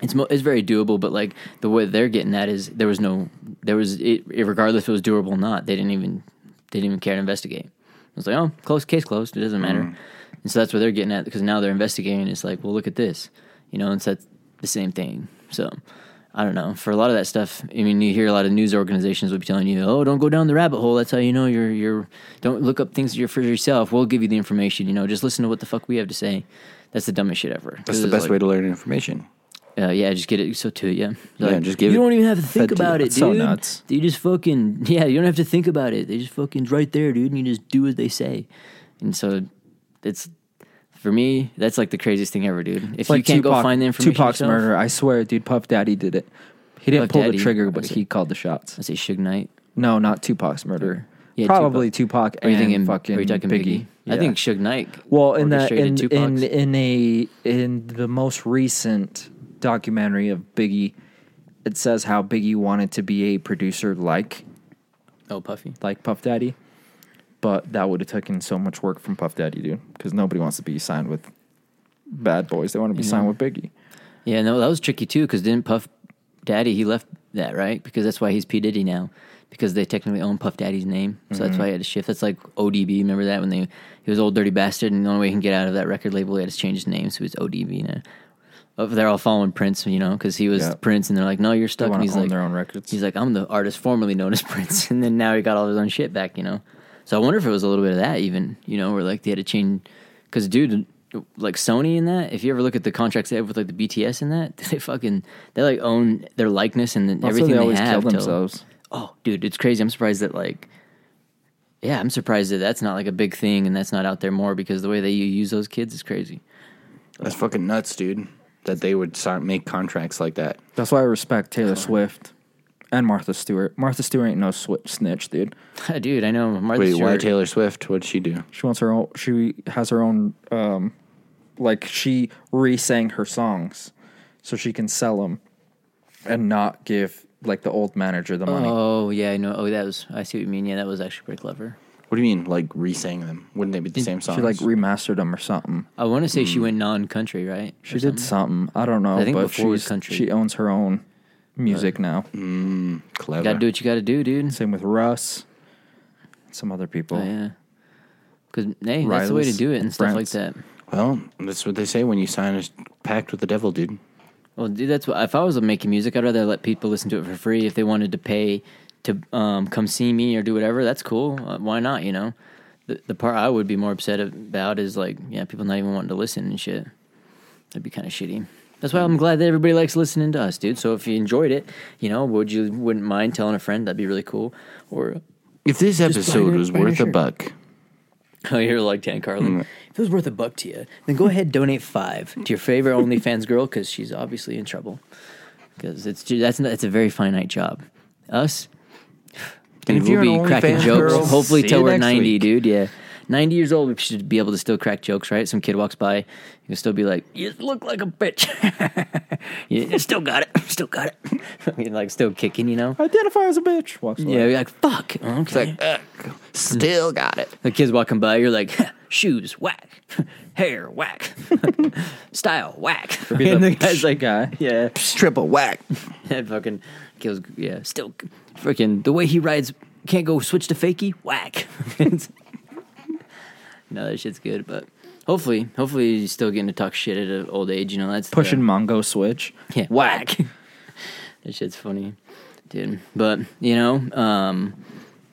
it's mo- it's very doable, but like the way they're getting that is there was no there was it, it- regardless if it was doable or not. They didn't even they didn't even care to investigate. It was like oh close case closed. It doesn't
Mm-hmm.
matter. And so that's what they're getting at because now they're investigating. It's like well look at this, you know, and so that's the same thing. So. I don't know. For a lot of that stuff, I mean, you hear a lot of news organizations would be telling you, "Oh, don't go down the rabbit hole. That's how you know you're you're. Don't look up things you're for yourself. We'll give you the information. You know, just listen to what the fuck we have to say." That's the dumbest shit ever.
That's the best way to learn information.
Uh, yeah, just get it so to it. Yeah,
Yeah, just give
You
it-
don't even have to think
fed to
about
you.
it, dude.
It's so nuts.
You just fucking yeah. You don't have to think about it. They just fucking it's right there, dude. And you just do what they say. And so it's for me. That's like the craziest thing ever, dude. If you can't go find the information,
Tupac's
yourself,
murder. I swear, dude, Puff Daddy did it. He didn't
Puff
pull
Daddy?
the trigger, but
I see.
he called the shots.
I say Suge Knight.
No, not Tupac's murder.
Yeah,
Probably Tupac,
Are you
and
thinking
fucking
Are you talking Biggie? I
Yeah.
think Suge Knight.
Well, in that in,
orchestrated
in
Tupac's.
in a in the most recent documentary of Biggie, it says how Biggie wanted to be a producer like
oh Puffy.
like Puff Daddy, but that would have taken so much work from Puff Daddy, dude, because nobody wants to be signed with bad boys. They want to be signed with Biggie.
Yeah, no, that was tricky too because didn't Puff Daddy he left that right because that's why he's P Diddy now because they technically own Puff Daddy's name, so
Mm-hmm.
that's why he had to shift. That's like ODB. Remember that when they he was old dirty bastard, and the only way he can get out of that record label he had to change his name, so it's ODB now. Oh, They're all following Prince, you know, because he was
Yeah.
Prince, and they're like, "No, you're stuck." And
wanna
he's
own
like,
their own records.
He's like, "I'm the artist formerly known as Prince," and then now he got all his own shit back, you know. So I wonder if it was a little bit of that, even, you know, where like they had to change, because dude, like Sony in that, if you ever look at the contracts they have with like the BTS in that, they fucking they like own their likeness and then
Also,
everything
they always
have.
kill
till-
themselves.
oh, dude, it's crazy. I'm surprised that like, yeah, I'm surprised that that's not like a big thing and that's not out there more because the way that you use those kids is crazy.
That's fucking nuts, dude. that they would sign, make contracts like that.
That's why I respect Taylor Swift and Martha Stewart. Martha Stewart ain't no swi snitch, dude.
dude, I know Martha
Wait, why
Stewart.
Taylor Swift? What'd she do?
She wants her own. She has her own. Um, like she re-sang her songs, so she can sell them, and not give like the old manager the money.
Oh yeah, I know. Oh, that was. I see what you mean. Yeah, that was actually pretty clever.
What do you mean, like re-sang them? Wouldn't they be the same songs?
she like remastered them or something.
I want to say she went non-country, right? Or
She did
something?
something. I don't know.
I think
but
before it was
she's,
country. Mm.
She owns her own music now.
clever.
Gotta do what you gotta do, dude.
Same with Russ. Some other people.
Oh, yeah. Because hey, that's the way to
Rylance
do it and stuff like
France.
that.
Well, that's what they say when you sign a pact with the devil, dude.
Well, dude, that's what. If I was making music, I'd rather let people listen to it for free. If they wanted to pay to um, come see me or do whatever, that's cool. Uh, why not? You know, the the part I would be more upset about is like, yeah, people not even wanting to listen and shit. That'd be kind of shitty. That's why I'm glad that everybody likes listening to us, dude. So if you enjoyed it, you know, would you wouldn't mind telling a friend? That'd be really cool. Or
If this episode
her-
was
buy her
worth a
shirt.
buck,
Oh, you're like Dan
Mm.
Carlin. If it was worth a buck to you, then go ahead donate five to your favorite OnlyFans girl because she's obviously in trouble. Because it's ju- that's that's a very finite job. Us,
And
dude,
if
we'll
you're an
be cracking
OnlyFans
jokes.
girl,
hopefully,
see
till
you
we're
next
ninety,
week.
dude. Yeah, ninety years old, we should be able to still crack jokes, right? Some kid walks by, you can still be like, "You look like a bitch." you still got it. Still got it. I mean, like still kicking, you know?
Identify as a bitch. Walks away.
Yeah, you're like fuck. Okay.
still got it.
The kid's walking by, you're like, shoes, whack. Hair, whack. Style, whack. And the guy's like, "Uh,
guy.
yeah.
Triple whack.
That fucking kills, yeah. Still, freaking, the way he rides, can't go switch to fakie, whack. no, that shit's good, but hopefully, hopefully you're still getting to talk shit at an old age, you know, that's the-
Pushing Mongo Switch.
yeah, whack. that shit's funny, dude. But you know, um,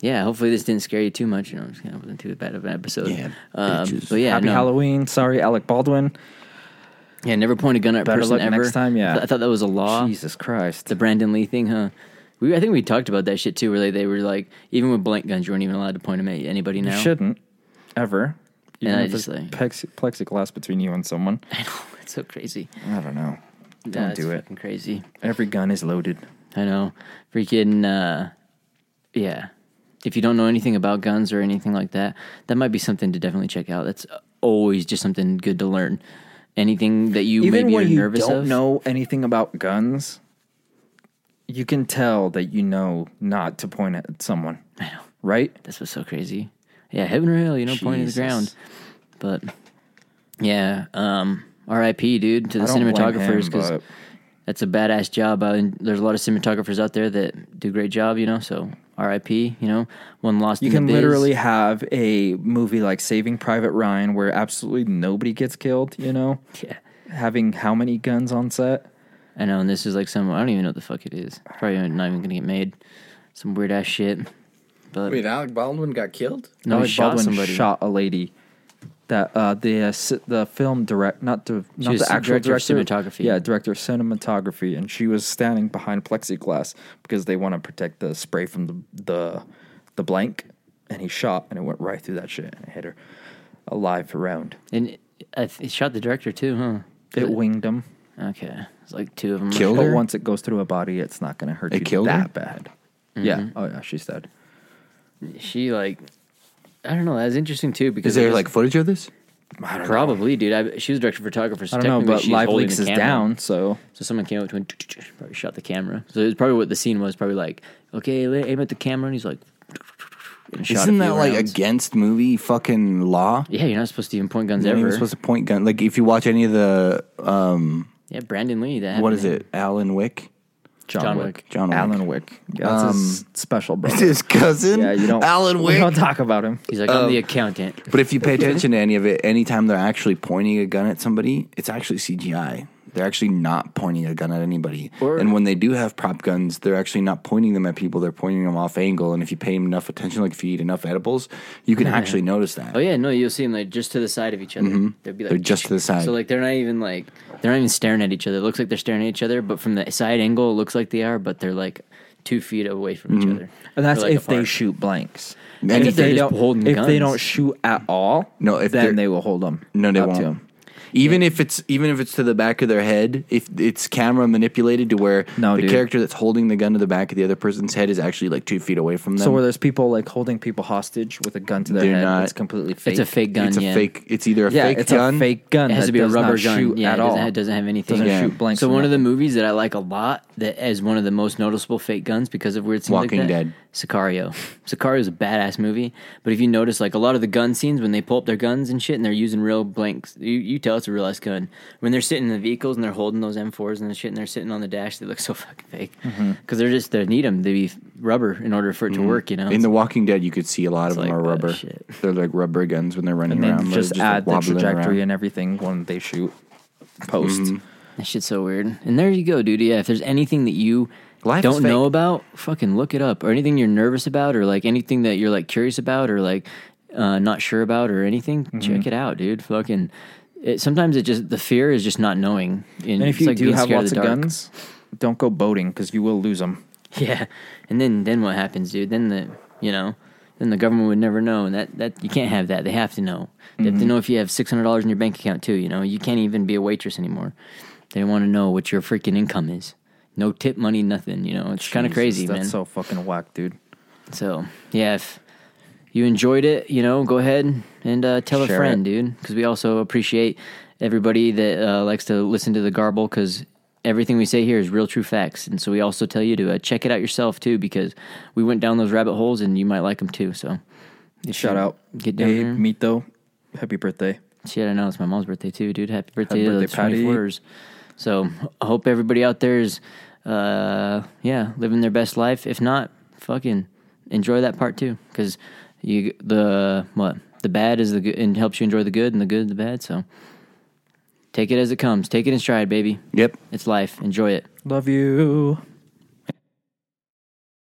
yeah. Hopefully this didn't scare you too much. You know, it wasn't too bad of an episode.
Yeah,
um,
bitches.
but yeah,
Happy
no.
Halloween. Sorry, Alec Baldwin.
Yeah, never point a gun at a
Better
person
luck
ever.
next time, yeah.
I, thought that was a law.
Jesus Christ.
The Brandon Lee thing, huh? We, I think we talked about that shit too. Where they, they were like, even with blank guns, you weren't even allowed to point them at anybody now.
You shouldn't ever. Even
I
if
just,
there's
like-
plexi- plexiglass between you and someone.
I know it's so crazy.
I don't know. Don't
That's
do it.
fucking Crazy.
Every gun is loaded.
I know. Freaking, uh, yeah. If you don't know anything about guns or anything like that, that might be something to definitely check out. That's always just something good to learn. Anything that you
Even
maybe are
when you
nervous
don't
of.
know anything about guns, you can tell that you know not to point at someone. I know. Right?
This was so crazy. Yeah, heaven or hell, you know, point to the
Jesus.
ground. But yeah, um, R.I.P. dude to the
I don't blame
cinematographers
him,
because
but-
that's a badass job. Uh, and there's a lot of cinematographers out there that do a great job, you know. So R.I.P. You know, one lost.
You
in
can
the biz.
literally have a movie like Saving Private Ryan where absolutely nobody gets killed, you know?
Yeah.
Having how many guns on set?
I know, and this is like some I don't even know what the fuck it is. Probably not even gonna get made. Some weird ass shit. But
Alec Baldwin got killed.
no, he
Alec
shot
Baldwin
somebody.
shot a lady. That uh, the uh, ci- the film direct, not the not
was
the actual
director of
director,
cinematography.
Yeah, director of cinematography, and she was standing behind plexiglass because they want to protect the spray from the the the blank. And he shot, and it went right through that shit and hit her alive around.
and I th- it shot the director too, huh?
It winged him.
Okay, it's like two of them.
Killed
But
her?
once it goes through a body, it's not going to hurt
It
you
killed
that
her?
bad. Yeah.
Mm-hmm.
Oh yeah, she's dead.
She like, I don't know. That's interesting too because
Is there
it was-
like footage of this?
probably, dude. I, she was director of photographer. So
I don't know,
technically
but
she's
live
holding
leaks
the
is
camera.
down, so
So someone came up to him, probably shot the camera. So it's probably what the scene was. Probably like, okay, let- aim at the camera, and he's like, and shot a
Isn't
few
that like
rounds.
against movie fucking law?
Yeah, you're not supposed to even point guns
You're not even
ever.
supposed to point gun. Like if you watch any of the um,
yeah, Brandon Lee. That happened
what is
to him.
it? Alan Wick.
John,
John
Wick.
Wick.
John Wick. Um,
Alan Wick. Yeah, that's his special, bro.
It's his cousin.
Yeah, you don't.
Alan
We don't
Wick.
talk about him.
He's like, I'm the accountant.
But if you pay attention to any of it, anytime they're actually pointing a gun at somebody, it's actually CGI. They're actually not pointing a gun at anybody. and when they do have prop guns, they're actually not pointing them at people. They're pointing them off angle. And if you pay enough attention, like if you eat enough edibles, you can actually notice that.
Oh yeah, no, you'll see them like just to the side of each other. They'd be like
Mm-hmm. They're just to the side.
So like they're not even like they're not even staring at each other. It looks like they're staring at each other, but from the side angle, it looks like they are, but they're like two feet away from
Mm-hmm.
each other.
And that's
Or, like,
if they
apart.
shoot blanks.
And
And
if
if
they're
they
just
don't,
holding
if
guns.
they don't shoot at all,
No, if
then
they're-
they will hold them.
No, they
up to
won't.
'em.
Even if it's even if it's to the back of their head, if it's camera manipulated to where
No,
the
dude.
character that's holding the gun to the back of the other person's head is actually like two feet away from them.
So where there's people like holding people hostage with a gun to their
They're
head,
not-
it's completely fake.
It's a fake gun.
it's a
yeah.
fake. It's either a
Yeah,
fake
it's
gun.
a fake gun.
It has
that
to be a
does
rubber
not
gun.
shoot
Yeah,
at
it
all.
doesn't, it doesn't have anything.
Doesn't
Yeah.
shoot blanks.
So
or
one of the
nothing.
movies that I like a lot that as one of the most noticeable fake guns because of weird scenes
Walking
like that,
Dead.
Sicario. Sicario is a badass movie, but if you notice, like a lot of the gun scenes when they pull up their guns and shit, and they're using real blanks, you, you tell it's a real ass gun. When they're sitting in the vehicles and they're holding those M4s and the shit, and they're sitting on the dash, they look so fucking fake because
Mm-hmm.
they're just they need them to be rubber in order for it to work. You know,
In The Walking Dead, you could see a lot of
It's
them
like
are
that
rubber.
shit.
They're like rubber guns when they're running
oh, and then
around.
just,
They're
add the
wobbling
trajectory
around. Mm-hmm.
and everything when they shoot post.
That shit's so weird. And there you go, dude. Yeah, if there's anything that you
Life is
don't
fake.
know about, fucking look it up. Or anything you're nervous about, or like anything that you're like curious about, or like uh, not sure about, or anything,
Mm-hmm.
check it out, dude. Fucking. It, sometimes it just the fear is just not knowing. And,
And
it's
if you
like
do
being
have
scared
lots
the
of
dark.
guns, don't go boating because you will lose them.
yeah. And then then what happens, dude? Then the you know, then the government would never know, and that that you can't have that. They have to know. They have to know if you have six hundred dollars in your bank account too. You know, you can't even be a waitress anymore. They want to know what your freaking income is. No tip money, nothing. You know, it's kind of crazy,
That's
man.
so fucking whack, dude.
So yeah, if you enjoyed it, you know, go ahead and uh, tell
Share
a friend,
it.
dude, because we also appreciate everybody that uh, likes to listen to the garble because everything we say here is real, true facts, and so we also tell you to uh, check it out yourself too because we went down those rabbit holes and you might like them too. So
Shout out,
Get down
Abe
there.
Mito. Happy birthday.
shit, I know it's my mom's birthday too, dude. Happy birthday, to
birthday,
the
Patty.
24ers. So I hope everybody out there is, uh, yeah, living their best life. If not, fucking enjoy that part too, because you the what the bad is the good and helps you enjoy the good and the good the bad. So take it as it comes. Take it in stride, baby.
Yep.
It's life. Enjoy it.
Love you.